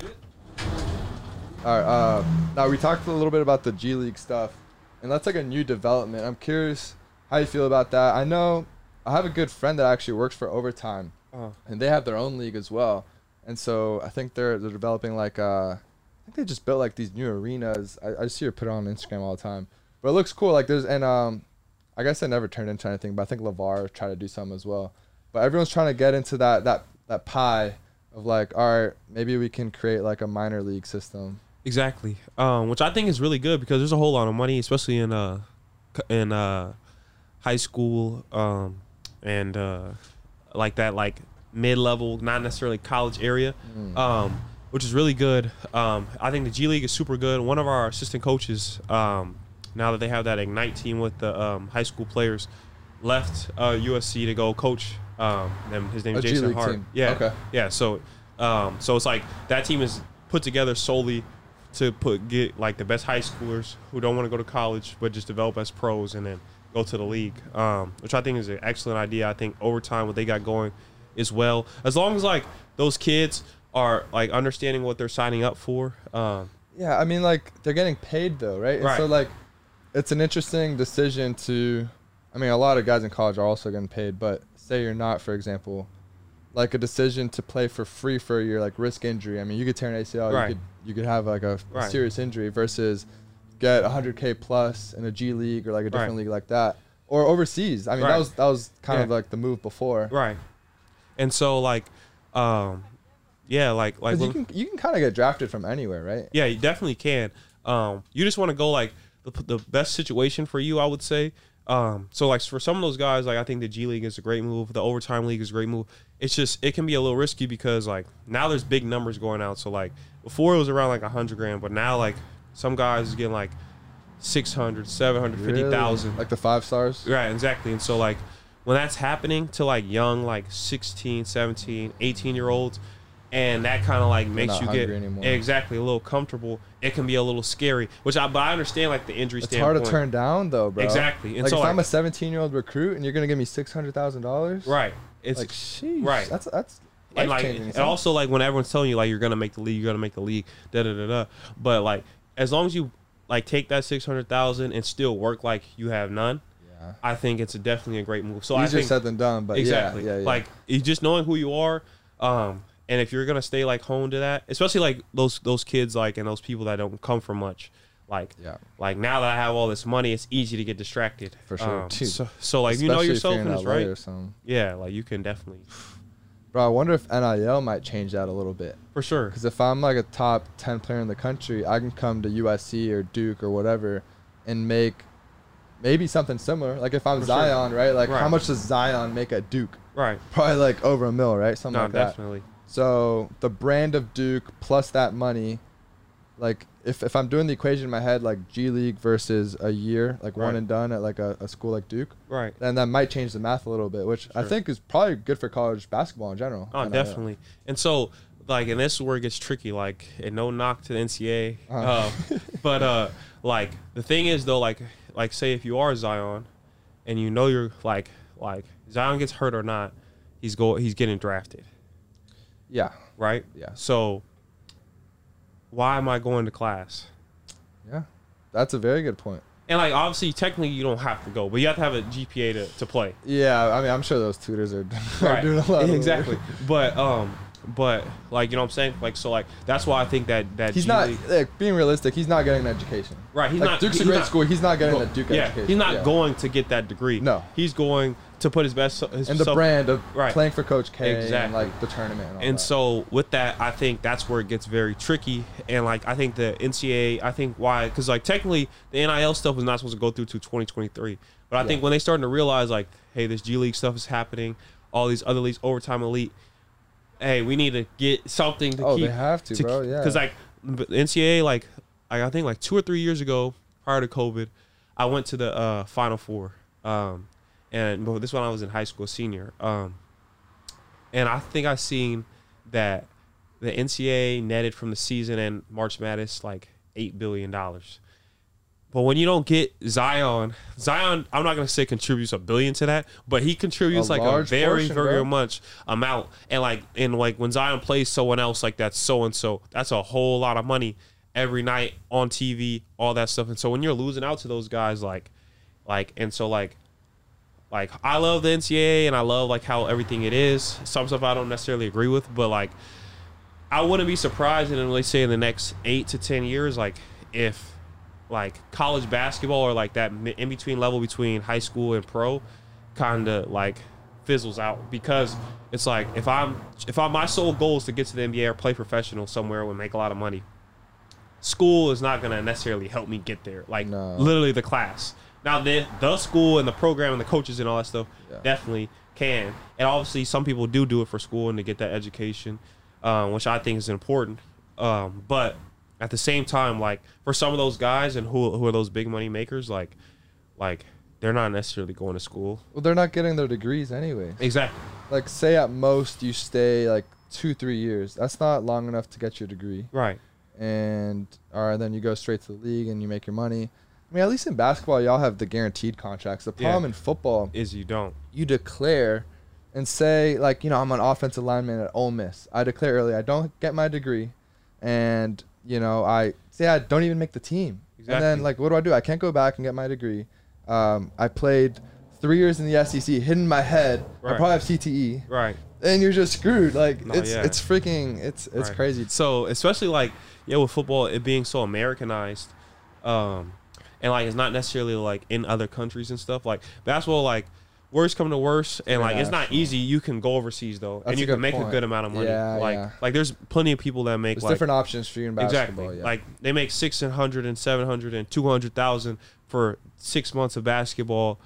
Speaker 3: a bit.
Speaker 1: All right. Uh, now we talked a little bit about the G League stuff, and that's like a new development. I'm curious how you feel about that. I know I have a good friend that actually works for Overtime, and they have their own league as well. And so I think they're they're developing like uh, I think they just built like these new arenas. I, I see her put it on Instagram all the time, but it looks cool. Like there's and um, I guess it never turned into anything, but I think Lavar tried to do something as well. But everyone's trying to get into that that that pie of like, all right, maybe we can create like a minor league system.
Speaker 2: Exactly. Um, which I think is really good because there's a whole lot of money, especially in uh, c- in uh, high school um, and uh, like that, like mid level, not necessarily college area,
Speaker 1: Mm.
Speaker 2: um, which is really good. Um, I think the G League is super good. One of our assistant coaches, um, now that they have that Ignite team with the um, high school players, left uh, USC to go coach um, them. His name
Speaker 1: A
Speaker 2: is
Speaker 1: G
Speaker 2: Jason
Speaker 1: League
Speaker 2: Hart.
Speaker 1: team.
Speaker 2: Yeah.
Speaker 1: Okay.
Speaker 2: Yeah. So, um, so it's like that team is put together solely to put get like the best high schoolers who don't want to go to college but just develop as pros and then go to the league, um, which I think is an excellent idea. I think over time what they got going is well as long as like those kids are like understanding what they're signing up for. Um,
Speaker 1: Yeah, I mean, like they're getting paid though, right? And So
Speaker 2: Right.
Speaker 1: like, it's an interesting decision to. I mean, a lot of guys in college are also getting paid, but say you're not, for example, like a decision to play for free for a year, like risk injury. I mean, you could tear an ACL,
Speaker 2: Right.
Speaker 1: you could you could have like a
Speaker 2: Right.
Speaker 1: serious injury versus get 100k plus in a G League or like a different
Speaker 2: Right.
Speaker 1: league like that, or overseas. I mean, that
Speaker 2: Right.
Speaker 1: was that was kind of
Speaker 2: Yeah.
Speaker 1: like the move before.
Speaker 2: right. And so like, um, yeah, like like
Speaker 1: 'Cause you
Speaker 2: when-
Speaker 1: can you can kind of get drafted from anywhere, right?
Speaker 2: Yeah, you definitely can. Um, you just want to go like the, the best situation for you, I would say. Um, so like for some of those guys, like I think the G League is a great move. The overtime league is a great move. It's just it can be a little risky because like now there's big numbers going out. So like before it was around like a hundred grand, but now like some guys is getting like 600, 750,000.
Speaker 1: Really? like the five stars.
Speaker 2: Right, exactly. And so like when that's happening to like young like 16, 17, 18 year olds and that kind of like makes
Speaker 1: not
Speaker 2: you get
Speaker 1: hungry anymore.
Speaker 2: exactly a little comfortable. It can be a little scary, which I but I understand like the injury
Speaker 1: It's
Speaker 2: standpoint.
Speaker 1: hard to turn down though, bro.
Speaker 2: Exactly. And
Speaker 1: like
Speaker 2: so,
Speaker 1: if I'm a
Speaker 2: like-
Speaker 1: 17 year old recruit and you're gonna give me six hundred thousand dollars,
Speaker 2: Right. It's
Speaker 1: Like, sheesh.
Speaker 2: Right.
Speaker 1: That's that's
Speaker 2: and
Speaker 1: life
Speaker 2: like
Speaker 1: changing.
Speaker 2: and also like when everyone's telling you like you're gonna make the league, you're gonna make the league, da da da da. But like as long as you like take that six hundred thousand and still work like you have none,
Speaker 1: yeah.
Speaker 2: I think it's definitely a great move. So I
Speaker 1: easier
Speaker 2: think
Speaker 1: said than done, but
Speaker 2: exactly.
Speaker 1: yeah, yeah, yeah.
Speaker 2: Like you just knowing who you are, um, and if you're gonna stay like honed to that, especially like those those kids like and those people that don't come from much, like
Speaker 1: Yeah.
Speaker 2: like now that I have all this money, it's easy to get distracted
Speaker 1: For sure,
Speaker 2: Um,
Speaker 1: too.
Speaker 2: so, so like you know
Speaker 1: Especially if
Speaker 2: yourself
Speaker 1: you're in
Speaker 2: and it's
Speaker 1: LA
Speaker 2: right.
Speaker 1: Or something.
Speaker 2: Yeah, like you can definitely
Speaker 1: Bro, I wonder if NIL might change that a little bit. [LAUGHS]
Speaker 2: for sure.
Speaker 1: Because if I'm like a top 10 player in the country, I can come to USC or Duke or whatever and make maybe something similar. Like if I'm
Speaker 2: For sure.
Speaker 1: Zion, right? Like how
Speaker 2: Right.
Speaker 1: much does Zion make at Duke?
Speaker 2: Right.
Speaker 1: Probably like over a mil, right? Something
Speaker 2: No,
Speaker 1: like that.
Speaker 2: definitely.
Speaker 1: So the brand of Duke plus that money, like if, if I'm doing the equation in my head, like G League versus a year, like one
Speaker 2: Right.
Speaker 1: and done at like a, a school like Duke,
Speaker 2: Right.
Speaker 1: then that might change the math a little bit, which I
Speaker 2: Sure.
Speaker 1: think is probably good for college basketball in general.
Speaker 2: Oh,
Speaker 1: And, uh,
Speaker 2: definitely. And so, like, and this is where it gets tricky. Like, and no knock to the NCAA, uh, but uh, like the thing is though, like, like say if you are Zion, and you know you're like, like Zion gets hurt or not, he's go he's getting drafted,
Speaker 1: Yeah.
Speaker 2: right?
Speaker 1: Yeah.
Speaker 2: So, why am I going to class?
Speaker 1: Yeah. That's a very good point.
Speaker 2: And like, obviously, technically, you don't have to go, but you have to have a GPA to, to play.
Speaker 1: Yeah, I mean, I'm sure those tutors are, [LAUGHS] are
Speaker 2: right.
Speaker 1: doing a lot. of the
Speaker 2: exactly.
Speaker 1: work.
Speaker 2: But um, but like you know what I'm saying. Like so, like that's why I think that that
Speaker 1: He's
Speaker 2: G
Speaker 1: not
Speaker 2: League-
Speaker 1: like being realistic. He's not getting an education.
Speaker 2: Right, he's
Speaker 1: Like,
Speaker 2: not-
Speaker 1: Duke's
Speaker 2: he's
Speaker 1: a great
Speaker 2: not-
Speaker 1: school. He's not getting a Duke
Speaker 2: yeah,
Speaker 1: education.
Speaker 2: he's not
Speaker 1: Yeah.
Speaker 2: going to get that degree.
Speaker 1: No.
Speaker 2: he's going to put his best his
Speaker 1: And the
Speaker 2: self-
Speaker 1: brand of
Speaker 2: Right.
Speaker 1: playing for Coach K and
Speaker 2: Exactly.
Speaker 1: like the tournament. And, all
Speaker 2: And
Speaker 1: that.
Speaker 2: so with that, I think that's where it gets very tricky. And like I think the NCAA, I think why because like technically the NIL stuff was not supposed to go through to 2023, but I think when they starting to realize like, hey, this G League stuff is happening, all these other leagues, overtime elite. Hey, we need to get something to
Speaker 1: Oh,
Speaker 2: keep.
Speaker 1: they have to, bro, yeah.
Speaker 2: because like the NCAA, like I I think like two or three years ago, prior to COVID, I went to the uh, Final Four, um, and but this one I was in high school, senior. Um, and I think I seen that the NCAA netted from the season and March Madness like eight billion dollars. But when you don't get Zion, Zion, I'm not gonna say contributes a billion to that, but he contributes
Speaker 1: A
Speaker 2: like a
Speaker 1: large
Speaker 2: very,
Speaker 1: portion,
Speaker 2: very
Speaker 1: bro.
Speaker 2: much amount. And like, and like when Zion plays someone else, like that's so and so, that's a whole lot of money every night on TV, all that stuff. And so when you're losing out to those guys, like, like, and so like, like I love the NCAA and I love like how everything it is. Some stuff I don't necessarily agree with, but like I wouldn't be surprised in let's say in the next eight to ten years, like if like college basketball or like that in between level between high school and pro, kind of like fizzles out because it's like if I'm if I my sole goal is to get to the NBA or play professional somewhere and make a lot of money, school is not gonna necessarily help me get there. Like
Speaker 1: No.
Speaker 2: literally the class. Now the the school and the program and the coaches and all that stuff
Speaker 1: Yeah.
Speaker 2: definitely can. And obviously some people do do it for school and to get that education, um, which I think is important. Um, but at the same time, like for some of those guys and who who are those big money makers, like like they're not necessarily going to school.
Speaker 1: well, they're not getting their degrees anyway.
Speaker 2: Exactly.
Speaker 1: Like, say at most you stay like two, three years. That's not long enough to get your degree.
Speaker 2: Right.
Speaker 1: and or then you go straight to the league and you make your money. I mean, at least in basketball, y'all have the guaranteed contracts. The
Speaker 2: Yeah.
Speaker 1: problem in football,
Speaker 2: Is you don't.
Speaker 1: you declare and say, like, you know, I'm an offensive lineman at Ole Miss. I declare early, I don't get my degree, and you know, I say I don't even make the team. And then,
Speaker 2: Exactly.
Speaker 1: like, what do I do? I can't go back and get my degree. Um, I played three years in the SEC, hidden my head. I
Speaker 2: Right.
Speaker 1: probably have CTE,
Speaker 2: Right.
Speaker 1: and you're just screwed. Like,
Speaker 2: No,
Speaker 1: it's
Speaker 2: yeah.
Speaker 1: it's freaking, it's it's
Speaker 2: Right.
Speaker 1: crazy.
Speaker 2: So especially like yeah, with football it being so Americanized, um, and like it's not necessarily like in other countries and stuff. Like basketball, like worst come to worst, and like it's not easy. You can go overseas though,
Speaker 1: That's
Speaker 2: and
Speaker 1: a
Speaker 2: you can
Speaker 1: good
Speaker 2: make a
Speaker 1: point.
Speaker 2: good amount of money.
Speaker 1: Yeah,
Speaker 2: like
Speaker 1: yeah.
Speaker 2: like there's plenty of people that make
Speaker 1: There's
Speaker 2: like
Speaker 1: different options for you in basketball.
Speaker 2: exactly
Speaker 1: Yeah.
Speaker 2: like they make six and hundred and seven hundred and two hundred thousand for six months of basketball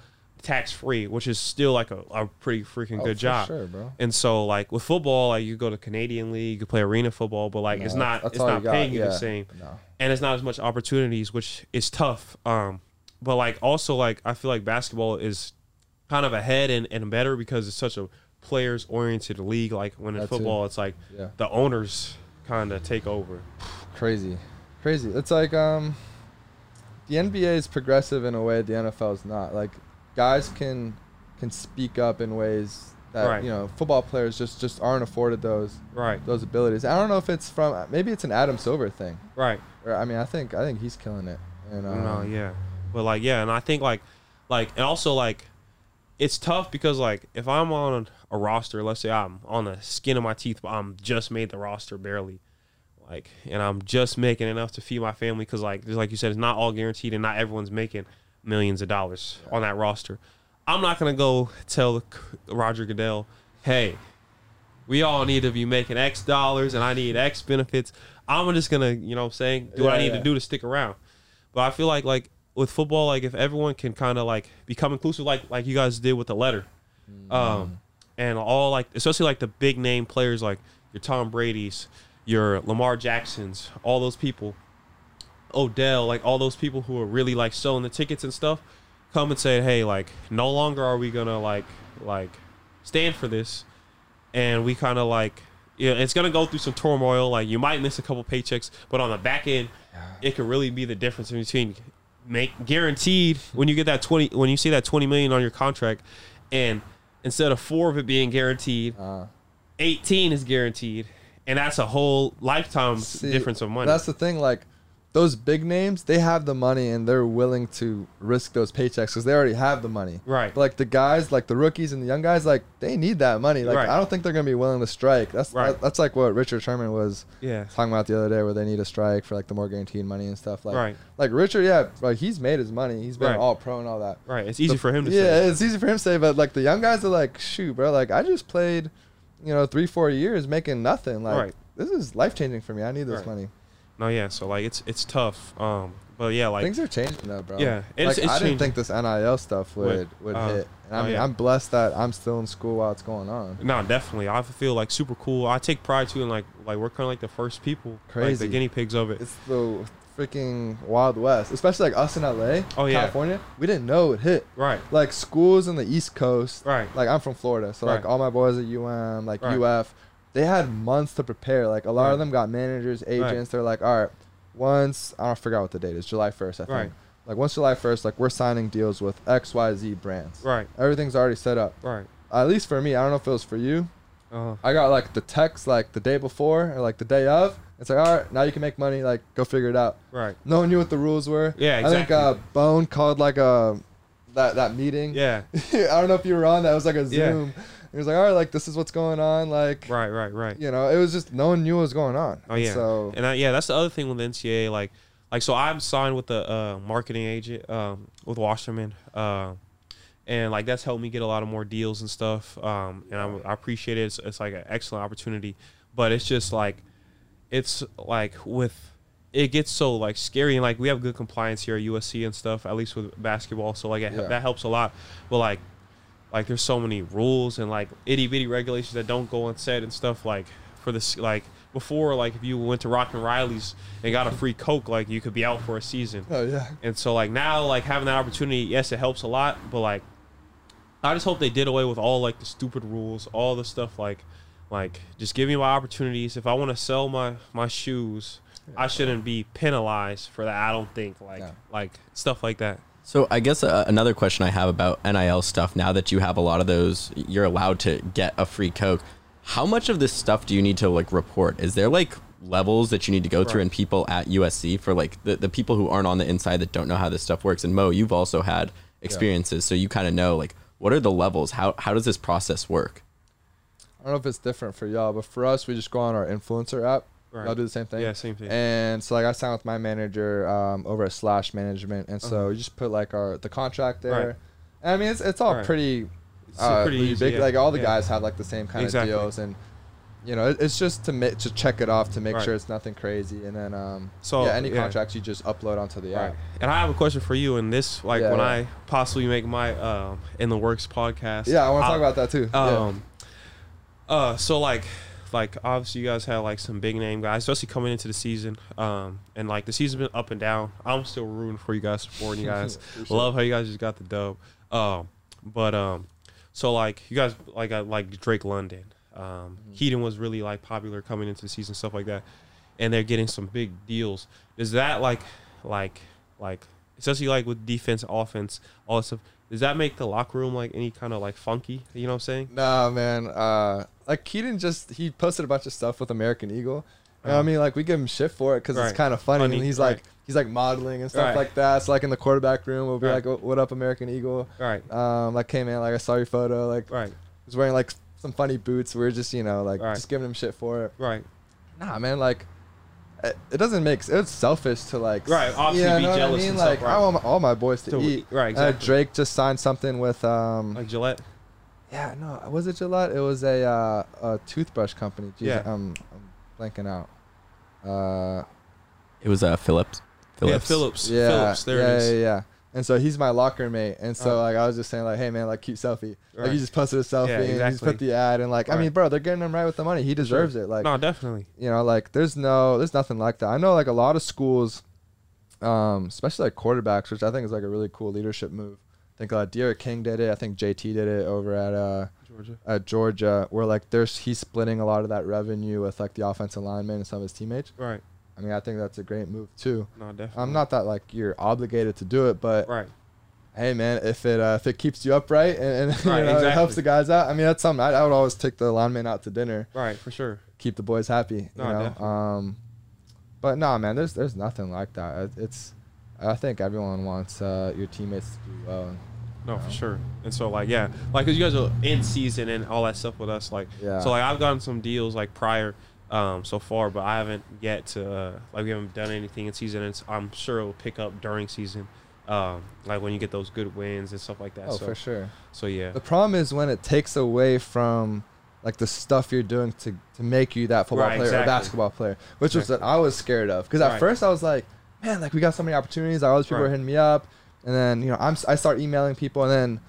Speaker 2: tax free, which is still like a, a pretty freaking
Speaker 1: Oh,
Speaker 2: good
Speaker 1: for
Speaker 2: job.
Speaker 1: sure, bro.
Speaker 2: And so like with football, like you go to Canadian league, you play arena football, but like it's
Speaker 1: No,
Speaker 2: not
Speaker 1: that's
Speaker 2: it's
Speaker 1: all you
Speaker 2: not
Speaker 1: got,
Speaker 2: paying you the
Speaker 1: yeah.
Speaker 2: same.
Speaker 1: No.
Speaker 2: And it's not as much opportunities, which is tough. Um but like also like I feel like basketball is kind of ahead and, and better because it's such a players oriented league. Like when in
Speaker 1: That too.
Speaker 2: football it's like
Speaker 1: Yeah.
Speaker 2: the owners kinda take over.
Speaker 1: crazy crazy it's like um the nba is progressive in a way the nfl is not like guys can can speak up in ways that
Speaker 2: Right.
Speaker 1: you know football players just just aren't afforded those
Speaker 2: Right.
Speaker 1: those abilities i don't know if it's from maybe it's an adam silver thing
Speaker 2: Right.
Speaker 1: or i mean i think i think he's killing it and um,
Speaker 2: no, yeah. But like, yeah, and I think like, like, and also like, it's tough because like, if I'm on a roster, let's say I'm on the skin of my teeth, but I'm just made the roster barely, like, and I'm just making enough to feed my family because like, just like you said, it's not all guaranteed, and not everyone's making millions of dollars on that roster. I'm not gonna go tell Roger Goodell, hey, we all need to be making X dollars and I need X benefits. I'm just gonna, you know what I'm saying, do what I
Speaker 1: Yeah,
Speaker 2: need
Speaker 1: yeah.
Speaker 2: to do to stick around. But I feel like like with football, like if everyone can kind of like become inclusive, like like you guys did with the letter, um, and all like especially like the big name players like your Tom Brady's, your Lamar Jacksons, all those people, Odell, like all those people who are really like selling the tickets and stuff, come and say, hey, like no longer are we gonna like like stand for this, and we kind of like you know, it's gonna go through some turmoil. Like you might miss a couple paychecks, but on the back end, it could really be the difference between make guaranteed when you get that twenty when you see that twenty million on your contract, and instead of four of it being guaranteed,
Speaker 1: Uh.
Speaker 2: eighteen is guaranteed, and that's a whole lifetime
Speaker 1: See,
Speaker 2: difference of money.
Speaker 1: That's the thing. Like those big names, they have the money and they're willing to risk those paychecks because they already have the money.
Speaker 2: Right.
Speaker 1: But, like the guys, like the rookies and the young guys, like they need that money. Like
Speaker 2: Right.
Speaker 1: I don't think they're gonna be willing to strike. That's
Speaker 2: Right.
Speaker 1: that's like what Richard Sherman was
Speaker 2: Yeah.
Speaker 1: talking about the other day, where they need a strike for like the more guaranteed money and stuff. Like
Speaker 2: Right.
Speaker 1: Like Richard, yeah, like he's made his money. He's been
Speaker 2: Right.
Speaker 1: all pro and all that.
Speaker 2: right, it's easy
Speaker 1: The-
Speaker 2: for him to
Speaker 1: yeah,
Speaker 2: say.
Speaker 1: it's easy for him to say, but like the young guys are like, shoot, bro, like I just played, you know, three, four years making nothing. Like
Speaker 2: Right.
Speaker 1: this is life changing for me. I need this
Speaker 2: Right.
Speaker 1: money.
Speaker 2: No, yeah, so like it's it's tough. Um, but yeah, like
Speaker 1: Things are changing though, bro.
Speaker 2: Yeah,
Speaker 1: like,
Speaker 2: it's- it's
Speaker 1: I didn't
Speaker 2: changing.
Speaker 1: think this NIL stuff would
Speaker 2: Would,
Speaker 1: would
Speaker 2: uh,
Speaker 1: hit. And I
Speaker 2: oh,
Speaker 1: mean,
Speaker 2: yeah.
Speaker 1: I'm blessed that I'm still in school while it's going on.
Speaker 2: No, definitely. I feel like super cool. I take pride too in like like we're kind of like the first people, like
Speaker 1: Crazy.
Speaker 2: the guinea pigs of it.
Speaker 1: It's the freaking Wild West, especially like us in LA,
Speaker 2: Oh, yeah.
Speaker 1: California. We didn't know it hit.
Speaker 2: right,
Speaker 1: Like schools in the East Coast.
Speaker 2: Right.
Speaker 1: Like I'm from Florida, so like
Speaker 2: Right.
Speaker 1: all my boys at UM, like
Speaker 2: Right.
Speaker 1: UF, they had months to prepare. Like a lot of them got managers, agents. They're like, all right, once I don't forget what the date is, July 1st, I think.
Speaker 2: Right.
Speaker 1: Like once July 1st, like we're signing deals with X, Y, Z brands.
Speaker 2: right,
Speaker 1: Everything's already set up.
Speaker 2: right.
Speaker 1: at least for me, I don't know if it was for you.
Speaker 2: Uh,
Speaker 1: I got like the text like the day before or like the day of. It's like, all right, now you can make money. Like, go figure it out.
Speaker 2: right.
Speaker 1: No one knew what the rules were.
Speaker 2: Yeah,
Speaker 1: I think
Speaker 2: exactly.
Speaker 1: uh, Bone called like a that that meeting.
Speaker 2: Yeah.
Speaker 1: [LAUGHS] I don't know if you were on that. It was like a
Speaker 2: Yeah.
Speaker 1: Zoom. He was like, all right, like this is what's going on. Like,
Speaker 2: Right, right, right.
Speaker 1: you know, it was just no one knew what was going on.
Speaker 2: Oh yeah.
Speaker 1: So
Speaker 2: and I, yeah, that's the other thing with the NCAA. Like, like so I'm signed with the uh, marketing agent um, with Wasserman, uh, and like that's helped me get a lot of more deals and stuff. Um, and I'm, I appreciate it. It's, it's like an excellent opportunity, but it's just like, it's like with. It gets so like scary, and like we have good compliance here at USC and stuff, at least with basketball. So like it,
Speaker 1: Yeah.
Speaker 2: that helps a lot. But like like there's so many rules and like itty bitty regulations that don't go unsaid and stuff like for this like before like if you went to Rock and Riley's and got a free coke like you could be out for a season
Speaker 1: oh yeah,
Speaker 2: and so like now like having that opportunity yes it helps a lot but like I just hope they did away with all like the stupid rules all the stuff like like just give me my opportunities if I want to sell my my shoes I shouldn't be penalized for that I don't think like
Speaker 1: Yeah.
Speaker 2: like stuff like that
Speaker 8: So I guess uh, another question I have about NIL stuff now that you have a lot of those, you're allowed to get a free Coke. How much of this stuff do you need to like report? Is there like levels that you need to go through and people at USC for like the, the people who aren't on the inside that don't know how this stuff works? And Mo, you've also had experiences, so you kind of know like what are the levels? How how does this process work?
Speaker 1: I don't know if it's different for y'all, but for us, we just go on our influencer app.
Speaker 2: Right.
Speaker 1: Y'all do the same thing.
Speaker 2: Yeah, same thing.
Speaker 1: And so like I signed with my manager um, over at Slash Management, and so you just put like our the contract there.
Speaker 2: Uh-huh. Right.
Speaker 1: And I mean, it's it's all
Speaker 2: Right.
Speaker 1: pretty,
Speaker 2: It's
Speaker 1: uh,
Speaker 2: pretty
Speaker 1: pretty
Speaker 2: easy,
Speaker 1: big.
Speaker 2: yeah.
Speaker 1: Like all the
Speaker 2: Yeah.
Speaker 1: guys have like the same kind
Speaker 2: Exactly.
Speaker 1: of deals, and you know, it, it's just to ma- to check it off to make
Speaker 2: Right.
Speaker 1: sure it's nothing crazy, and then um,
Speaker 2: So,
Speaker 1: yeah, any
Speaker 2: yeah.
Speaker 1: contracts you just upload onto the
Speaker 2: Right.
Speaker 1: app.
Speaker 2: And I have a question for you. And this, like,
Speaker 1: Yeah,
Speaker 2: when
Speaker 1: yeah.
Speaker 2: I possibly make my um, in the works podcast.
Speaker 1: Yeah, I want to talk
Speaker 2: I'll-
Speaker 1: about that too. Yeah.
Speaker 2: Uh, Um, uh, so like, like obviously you guys had like some big name guys, especially coming into the season. Um, and like the season's been up and down. I'm still rooting for you guys, supporting
Speaker 1: [LAUGHS]
Speaker 2: you guys. Love how you guys just got the dub. Um, but um, so like you guys like I like Drake London. Um,
Speaker 1: Mm-hmm.
Speaker 2: Keaton was really like popular coming into the season, stuff like that. And they're getting some big deals. Is that like, like, like, especially like with defense, offense, all that stuff? Does that make the locker room like any kind of like funky? You know what I'm saying?
Speaker 1: Nah, man. Uh, like Keaton just he posted a bunch of stuff with American Eagle. You know what I mean, like we give him shit for it because
Speaker 2: Uh-huh. Right.
Speaker 1: it's kind of funny,
Speaker 2: Funny,
Speaker 1: and he's
Speaker 2: right.
Speaker 1: like he's like modeling and stuff
Speaker 2: Right.
Speaker 1: like that. So like in the quarterback room, we'll be
Speaker 2: Right.
Speaker 1: like, "What up, American Eagle?"
Speaker 2: Right.
Speaker 1: Um, like, "Hey man, like I saw your photo. Like,
Speaker 2: Right.
Speaker 1: he's wearing like some funny boots. We are just you know like
Speaker 2: Right.
Speaker 1: just giving him shit for it.
Speaker 2: Right.
Speaker 1: Nah, man. Like, it, it doesn't make s- it's selfish to like
Speaker 2: Right, obviously be
Speaker 1: know what
Speaker 2: jealous and stuff,
Speaker 1: Like, I
Speaker 2: right.
Speaker 1: want my, all my boys to,
Speaker 2: To
Speaker 1: eat.
Speaker 2: eat, right,
Speaker 1: Uh,
Speaker 2: exactly.
Speaker 1: Drake just signed something with um
Speaker 2: Like Gillette.
Speaker 1: yeah, no, was it Gillette? It was a uh, a toothbrush company. Jeez,
Speaker 2: Yeah.
Speaker 1: I'm, I'm blanking out. Uh,
Speaker 8: It was uh Phillips.
Speaker 2: Yeah, Phillips.
Speaker 1: yeah,
Speaker 2: Phillips. There
Speaker 1: yeah,
Speaker 2: it is. Uh-huh.
Speaker 1: yeah, yeah. And so he's my locker mate. And so like I was just saying like, hey man, like cute selfie. Like
Speaker 2: Right.
Speaker 1: he just posted a selfie and he's
Speaker 2: exactly.
Speaker 1: put the ad and like I mean,
Speaker 2: Right.
Speaker 1: bro, they're getting him right with the money. He deserves it. Like
Speaker 2: no, definitely.
Speaker 1: you know, like there's no there's nothing like that. I know like a lot of schools, um, especially like quarterbacks, which I think is like a really cool leadership move. I think uh, Derek King did it. I think JT did it over at uh,
Speaker 2: Georgia.
Speaker 1: at Georgia, where like there's he's splitting a lot of that revenue with like the offensive linemen and some of his teammates.
Speaker 2: Right.
Speaker 1: I mean, I think that's a great move too.
Speaker 2: No, definitely.
Speaker 1: I'm not that like you're obligated to do it, but
Speaker 2: Right.
Speaker 1: hey man, if it uh, if it keeps you upright and, [LAUGHS] and you
Speaker 2: Right,
Speaker 1: know, it helps
Speaker 2: exactly.
Speaker 1: the guys out, I mean that's something I, I would always take the linemen out to dinner
Speaker 2: Right. For sure.
Speaker 1: keep the boys happy. You
Speaker 2: No,
Speaker 1: know?
Speaker 2: definitely.
Speaker 1: Um, but no, man, there's there's nothing like that. It- It's I think everyone wants uh, your teammates to do well.
Speaker 2: No, for sure. And so like yeah, like 'cause you guys are in season and all that stuff with us. Like
Speaker 1: Yeah.
Speaker 2: So like I've gotten some deals like prior. Um, so far, but I haven't yet to uh, like we haven't done anything in season. And it's, I'm sure it'll pick up during season, um, like when you get those good wins and stuff like that.
Speaker 1: Oh,
Speaker 2: so,
Speaker 1: for sure.
Speaker 2: so yeah,
Speaker 1: The problem is when it takes away from like the stuff you're doing to, to make you that football
Speaker 2: Right,
Speaker 1: player or
Speaker 2: exactly.
Speaker 1: basketball player, which was that I was scared of. Because at
Speaker 2: Right.
Speaker 1: first I was like, man, like we got so many opportunities. Like, all these people
Speaker 2: Right.
Speaker 1: are hitting me up, and then you know I'm s- I start emailing people, and then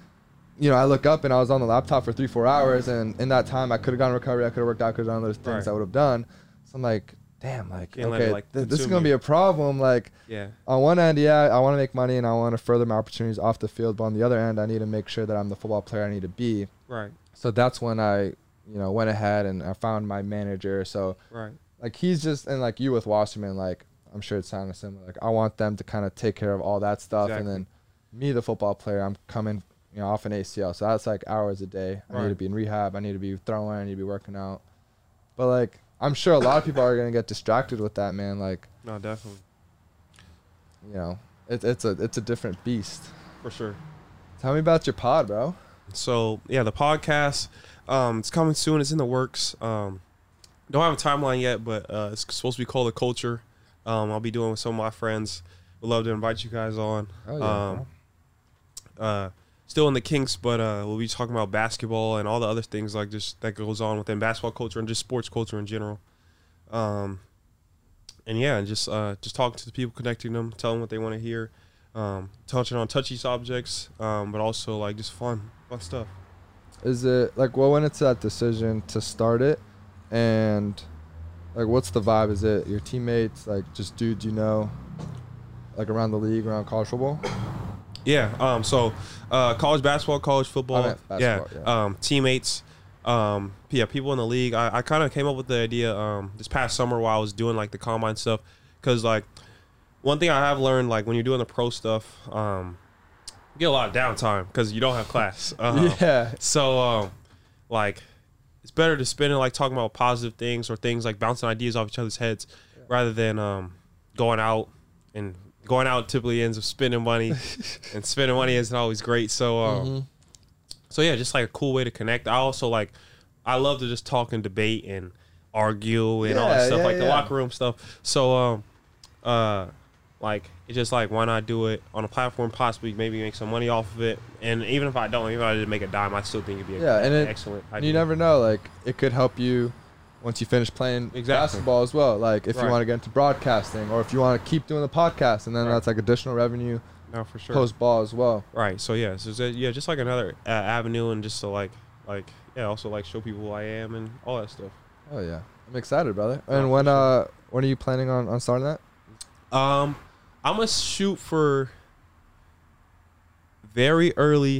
Speaker 1: you know I look up and I was on the laptop for three four hours, and in that time I could have gone recovery, I could have worked out, could have done other things
Speaker 2: Right.
Speaker 1: I would have done. So I'm like, damn, like
Speaker 2: Can't let it,
Speaker 1: okay,
Speaker 2: like,
Speaker 1: th- this is
Speaker 2: consume
Speaker 1: gonna be
Speaker 2: you.
Speaker 1: a problem, like
Speaker 2: yeah,
Speaker 1: on one end, yeah, I want to make money and I want to further my opportunities off the field. But on the other end, I need to make sure that I'm the football player I need to be.
Speaker 2: right,
Speaker 1: So that's when I, you know, went ahead and I found my manager. So
Speaker 2: right,
Speaker 1: like he's just and like you with Wasserman, like I'm sure it sounded similar. Like I want them to kind of take care of all that stuff, and
Speaker 2: Exactly.
Speaker 1: then me, the football player, I'm coming, you know, off an ACL. So that's like hours a day. I
Speaker 2: Right.
Speaker 1: need to be in rehab. I need to be throwing. I need to be working out. But like I'm sure a lot of people are gonna get distracted with that, man. Like
Speaker 2: no, definitely,
Speaker 1: you know, it's it's a it's a different beast.
Speaker 2: for sure.
Speaker 1: Tell me about your pod, bro.
Speaker 2: So yeah, the podcast, um, it's coming soon. It's in the works. Um, don't have a timeline yet, but uh, it's supposed to be called the culture. Um, I'll be doing with some of my friends. Would love to invite you guys on.
Speaker 1: Oh, yeah.
Speaker 2: Um, uh, still in the kinks, but uh, we'll be talking about basketball and all the other things like just that goes on within basketball culture and just sports culture in general. Um, and yeah, and just uh, just talking to the people, connecting them, tell them what they want to hear, um, touching on touchy subjects, um, but also like just fun, fun stuff.
Speaker 1: Is it like what went into that decision to start it, and like what's the vibe? Is it your teammates, like just dudes you know, like around the league, around college football?
Speaker 2: Yeah. Um. So, uh, college basketball, college football.
Speaker 1: I meant basketball,
Speaker 2: yeah.
Speaker 1: yeah.
Speaker 2: Um. Teammates. Um. Yeah. People in the league. I, I kind of came up with the idea. Um. This past summer while I was doing like the combine stuff, because like one thing I have learned, like when you're doing the pro stuff, um, you get a lot of downtime because you don't have class. [LAUGHS] Um,
Speaker 1: Yeah.
Speaker 2: So, um, like, it's better to spend it like talking about positive things or things like bouncing ideas off each other's heads rather than um, going out and going out typically ends up spending
Speaker 1: [LAUGHS]
Speaker 2: money and spending money isn't always great. So, um,
Speaker 1: Mm-hmm.
Speaker 2: so yeah, just like a cool way to connect. I also like, I love to just talk and debate and argue and all
Speaker 1: Yeah,
Speaker 2: that stuff,
Speaker 1: yeah,
Speaker 2: like the
Speaker 1: yeah.
Speaker 2: locker room stuff. So, um, uh, like it's just like why not do it on a platform possibly maybe make some money off of it and even if I don't even if I didn't make a dime I still think it'd be a
Speaker 1: Yeah, and it,
Speaker 2: excellent
Speaker 1: and You never know, like it could help you once you finish playing basketball as well. Like if you
Speaker 2: Right.
Speaker 1: want to get into broadcasting, or if you want to keep doing the podcast, and then
Speaker 2: Right.
Speaker 1: that's like additional revenue
Speaker 2: no for sure
Speaker 1: post ball as well.
Speaker 2: right so yeah so it's, uh, yeah just like another uh, avenue and just to like like yeah also like show people who I am and all that stuff
Speaker 1: Oh yeah, I'm excited, brother.
Speaker 2: Yeah,
Speaker 1: And
Speaker 2: for
Speaker 1: when
Speaker 2: sure.
Speaker 1: uh when are you planning on on starting that?
Speaker 2: um I'm gonna shoot for very early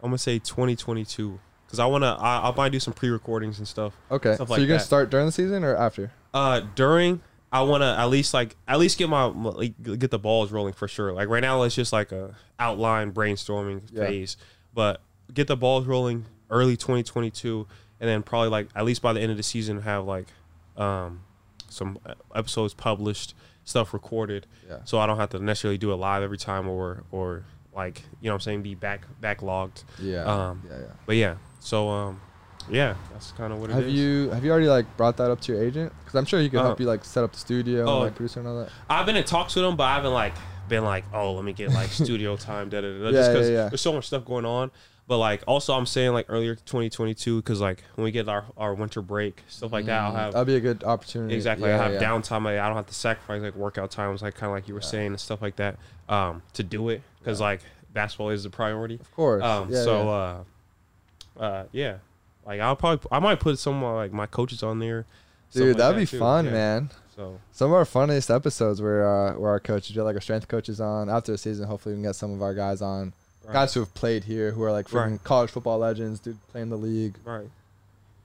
Speaker 2: I'm gonna say 2022 because I wanna I, I'll probably do some pre-recordings and stuff
Speaker 1: Okay,
Speaker 2: Stuff
Speaker 1: so
Speaker 2: like
Speaker 1: you're gonna
Speaker 2: that.
Speaker 1: start during the season or after?
Speaker 2: Uh, during I want to at least like at least get my like, get the balls rolling for sure. Like right now it's just like a outline brainstorming
Speaker 1: Yeah.
Speaker 2: phase, but get the balls rolling early 2022, and then probably like at least by the end of the season have like um some episodes published, stuff recorded,
Speaker 1: Yeah.
Speaker 2: so I don't have to necessarily do it live every time or or like you know what I'm saying be back backlogged.
Speaker 1: Yeah,
Speaker 2: Um,
Speaker 1: yeah, yeah.
Speaker 2: But yeah, so um, yeah, that's kind of what it is.
Speaker 1: Have you have you already like brought that up to your agent? Because I'm sure he could
Speaker 2: Uh,
Speaker 1: help you like set up the studio
Speaker 2: oh.
Speaker 1: and like producer and all that.
Speaker 2: I've been in talks with
Speaker 1: [LAUGHS]
Speaker 2: them, but I haven't like been like, oh, let me get like studio time, da da da. da,
Speaker 1: Yeah,
Speaker 2: Just because
Speaker 1: yeah, yeah.
Speaker 2: there's so much stuff going on. But like also I'm saying like earlier 2022 because like when we get our, our winter break stuff like that I'll have
Speaker 1: That'd be a good opportunity.
Speaker 2: exactly
Speaker 1: Mm, Yeah,
Speaker 2: I have
Speaker 1: yeah.
Speaker 2: downtime like, I don't have to sacrifice like workout times like kind of like you were saying and stuff like that um to do it because like basketball is the priority of
Speaker 1: course.
Speaker 2: um
Speaker 1: Yeah,
Speaker 2: so uh uh yeah like I'll probably I might put some uh, like my coaches on there stuff
Speaker 1: Dude,
Speaker 2: like
Speaker 1: that'd
Speaker 2: that,
Speaker 1: be
Speaker 2: too.
Speaker 1: fun,
Speaker 2: Yeah.
Speaker 1: man.
Speaker 2: so
Speaker 1: Some of our funniest episodes were uh, were our coaches, like our strength coaches on after the season. Hopefully, we can get some of our guys on, guys who have played here, who are like freaking
Speaker 2: Right.
Speaker 1: college football legends, dude, playing the league.
Speaker 2: right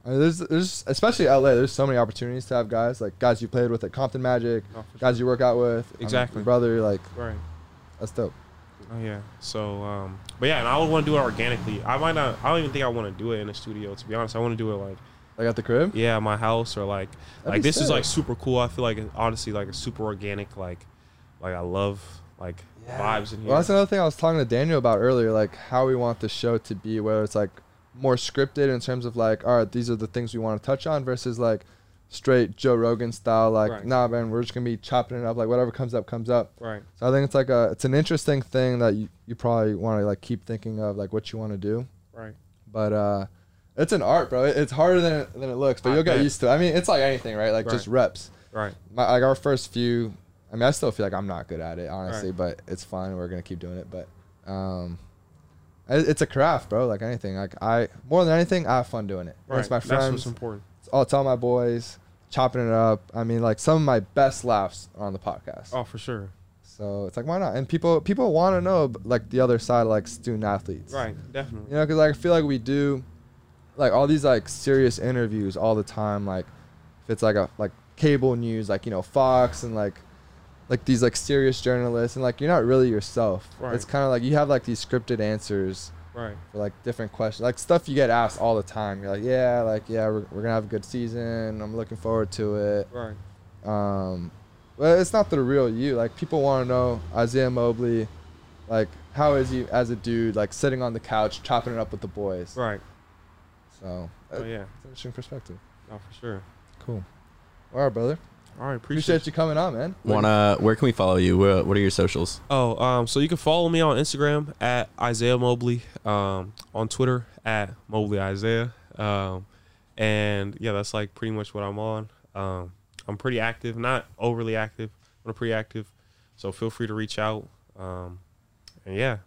Speaker 1: I mean, there's there's especially LA. There's so many opportunities to have guys like guys you played with at Compton Magic,
Speaker 2: Oh, for
Speaker 1: guys you work out with, I mean, your
Speaker 2: Exactly.
Speaker 1: brother. Like
Speaker 2: right
Speaker 1: that's dope.
Speaker 2: Oh yeah. So, um, but yeah, and I would want to do it organically. I might not. I don't even think I want to do it in a studio. To be honest, I want to do it like
Speaker 1: Like at the crib.
Speaker 2: yeah, my house or like
Speaker 1: be
Speaker 2: like this is
Speaker 1: sick.
Speaker 2: like super cool. I feel like it's honestly like a super organic like like I love like vibes in here.
Speaker 1: Well, that's another thing I was talking to Daniel about earlier, like how we want the show to be, whether it's like more scripted in terms of like, all right, these are the things we want to touch on versus like straight Joe Rogan style, like,
Speaker 2: Right.
Speaker 1: nah, man, we're just gonna be chopping it up, like whatever comes up, comes up.
Speaker 2: right.
Speaker 1: So I think it's like a, it's an interesting thing that you, you probably want to like keep thinking of, like what you want to do.
Speaker 2: Right.
Speaker 1: But uh, it's an art, bro. It- It's harder than it, than it looks, but
Speaker 2: I
Speaker 1: you'll get
Speaker 2: bet.
Speaker 1: used to. it. I mean, it's like anything, right? Like just reps
Speaker 2: Right.
Speaker 1: my, like our first few. I mean, I still feel like I'm not good at it, honestly, but it's fun. We're gonna keep doing it, but um, it, it's a craft, bro. Like anything, like I more than anything, I have fun doing it.
Speaker 2: Right.
Speaker 1: It's my
Speaker 2: That's
Speaker 1: friends.
Speaker 2: what's important.
Speaker 1: It's all, it's all my boys chopping it up. I mean, like some of my best laughs are on the podcast.
Speaker 2: Oh, for sure.
Speaker 1: So it's like, why not? And people people want to know like the other side, like student athletes,
Speaker 2: Right. Definitely.
Speaker 1: you know, because like I feel like we do, like all these like serious interviews all the time. Like if it's like a like cable news, like you know Fox and like like these like serious journalists, and like you're not really yourself.
Speaker 2: Right.
Speaker 1: It's kind of like you have like these scripted answers
Speaker 2: Right.
Speaker 1: for like different questions, like stuff you get asked all the time. You're like, yeah, like yeah, we're, we're gonna have a good season. I'm looking forward to it.
Speaker 2: Right.
Speaker 1: Um, well, it's not the real you. Like people want to know Isaiah Mobley, like how is he as a dude, like sitting on the couch chopping it up with the boys.
Speaker 2: Right.
Speaker 1: So uh,
Speaker 2: Oh yeah.
Speaker 1: it's an interesting perspective.
Speaker 2: Oh, for sure.
Speaker 1: Cool. All right, brother.
Speaker 2: All right.
Speaker 1: Appreciate,
Speaker 2: Appreciate, you.
Speaker 1: you coming on, man.
Speaker 8: Wanna? Where can we follow you? Wha- What are your socials?
Speaker 2: Oh, um, so you can follow me on Instagram at Isaiah Mobley, um, on Twitter at Mobley Isaiah, um, and yeah, that's like pretty much what I'm on. Um, I'm pretty active, not overly active, but I'm pretty active. So feel free to reach out. Um, and yeah,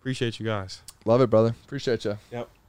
Speaker 2: appreciate you guys.
Speaker 1: Love it, brother. Appreciate you.
Speaker 2: Yep.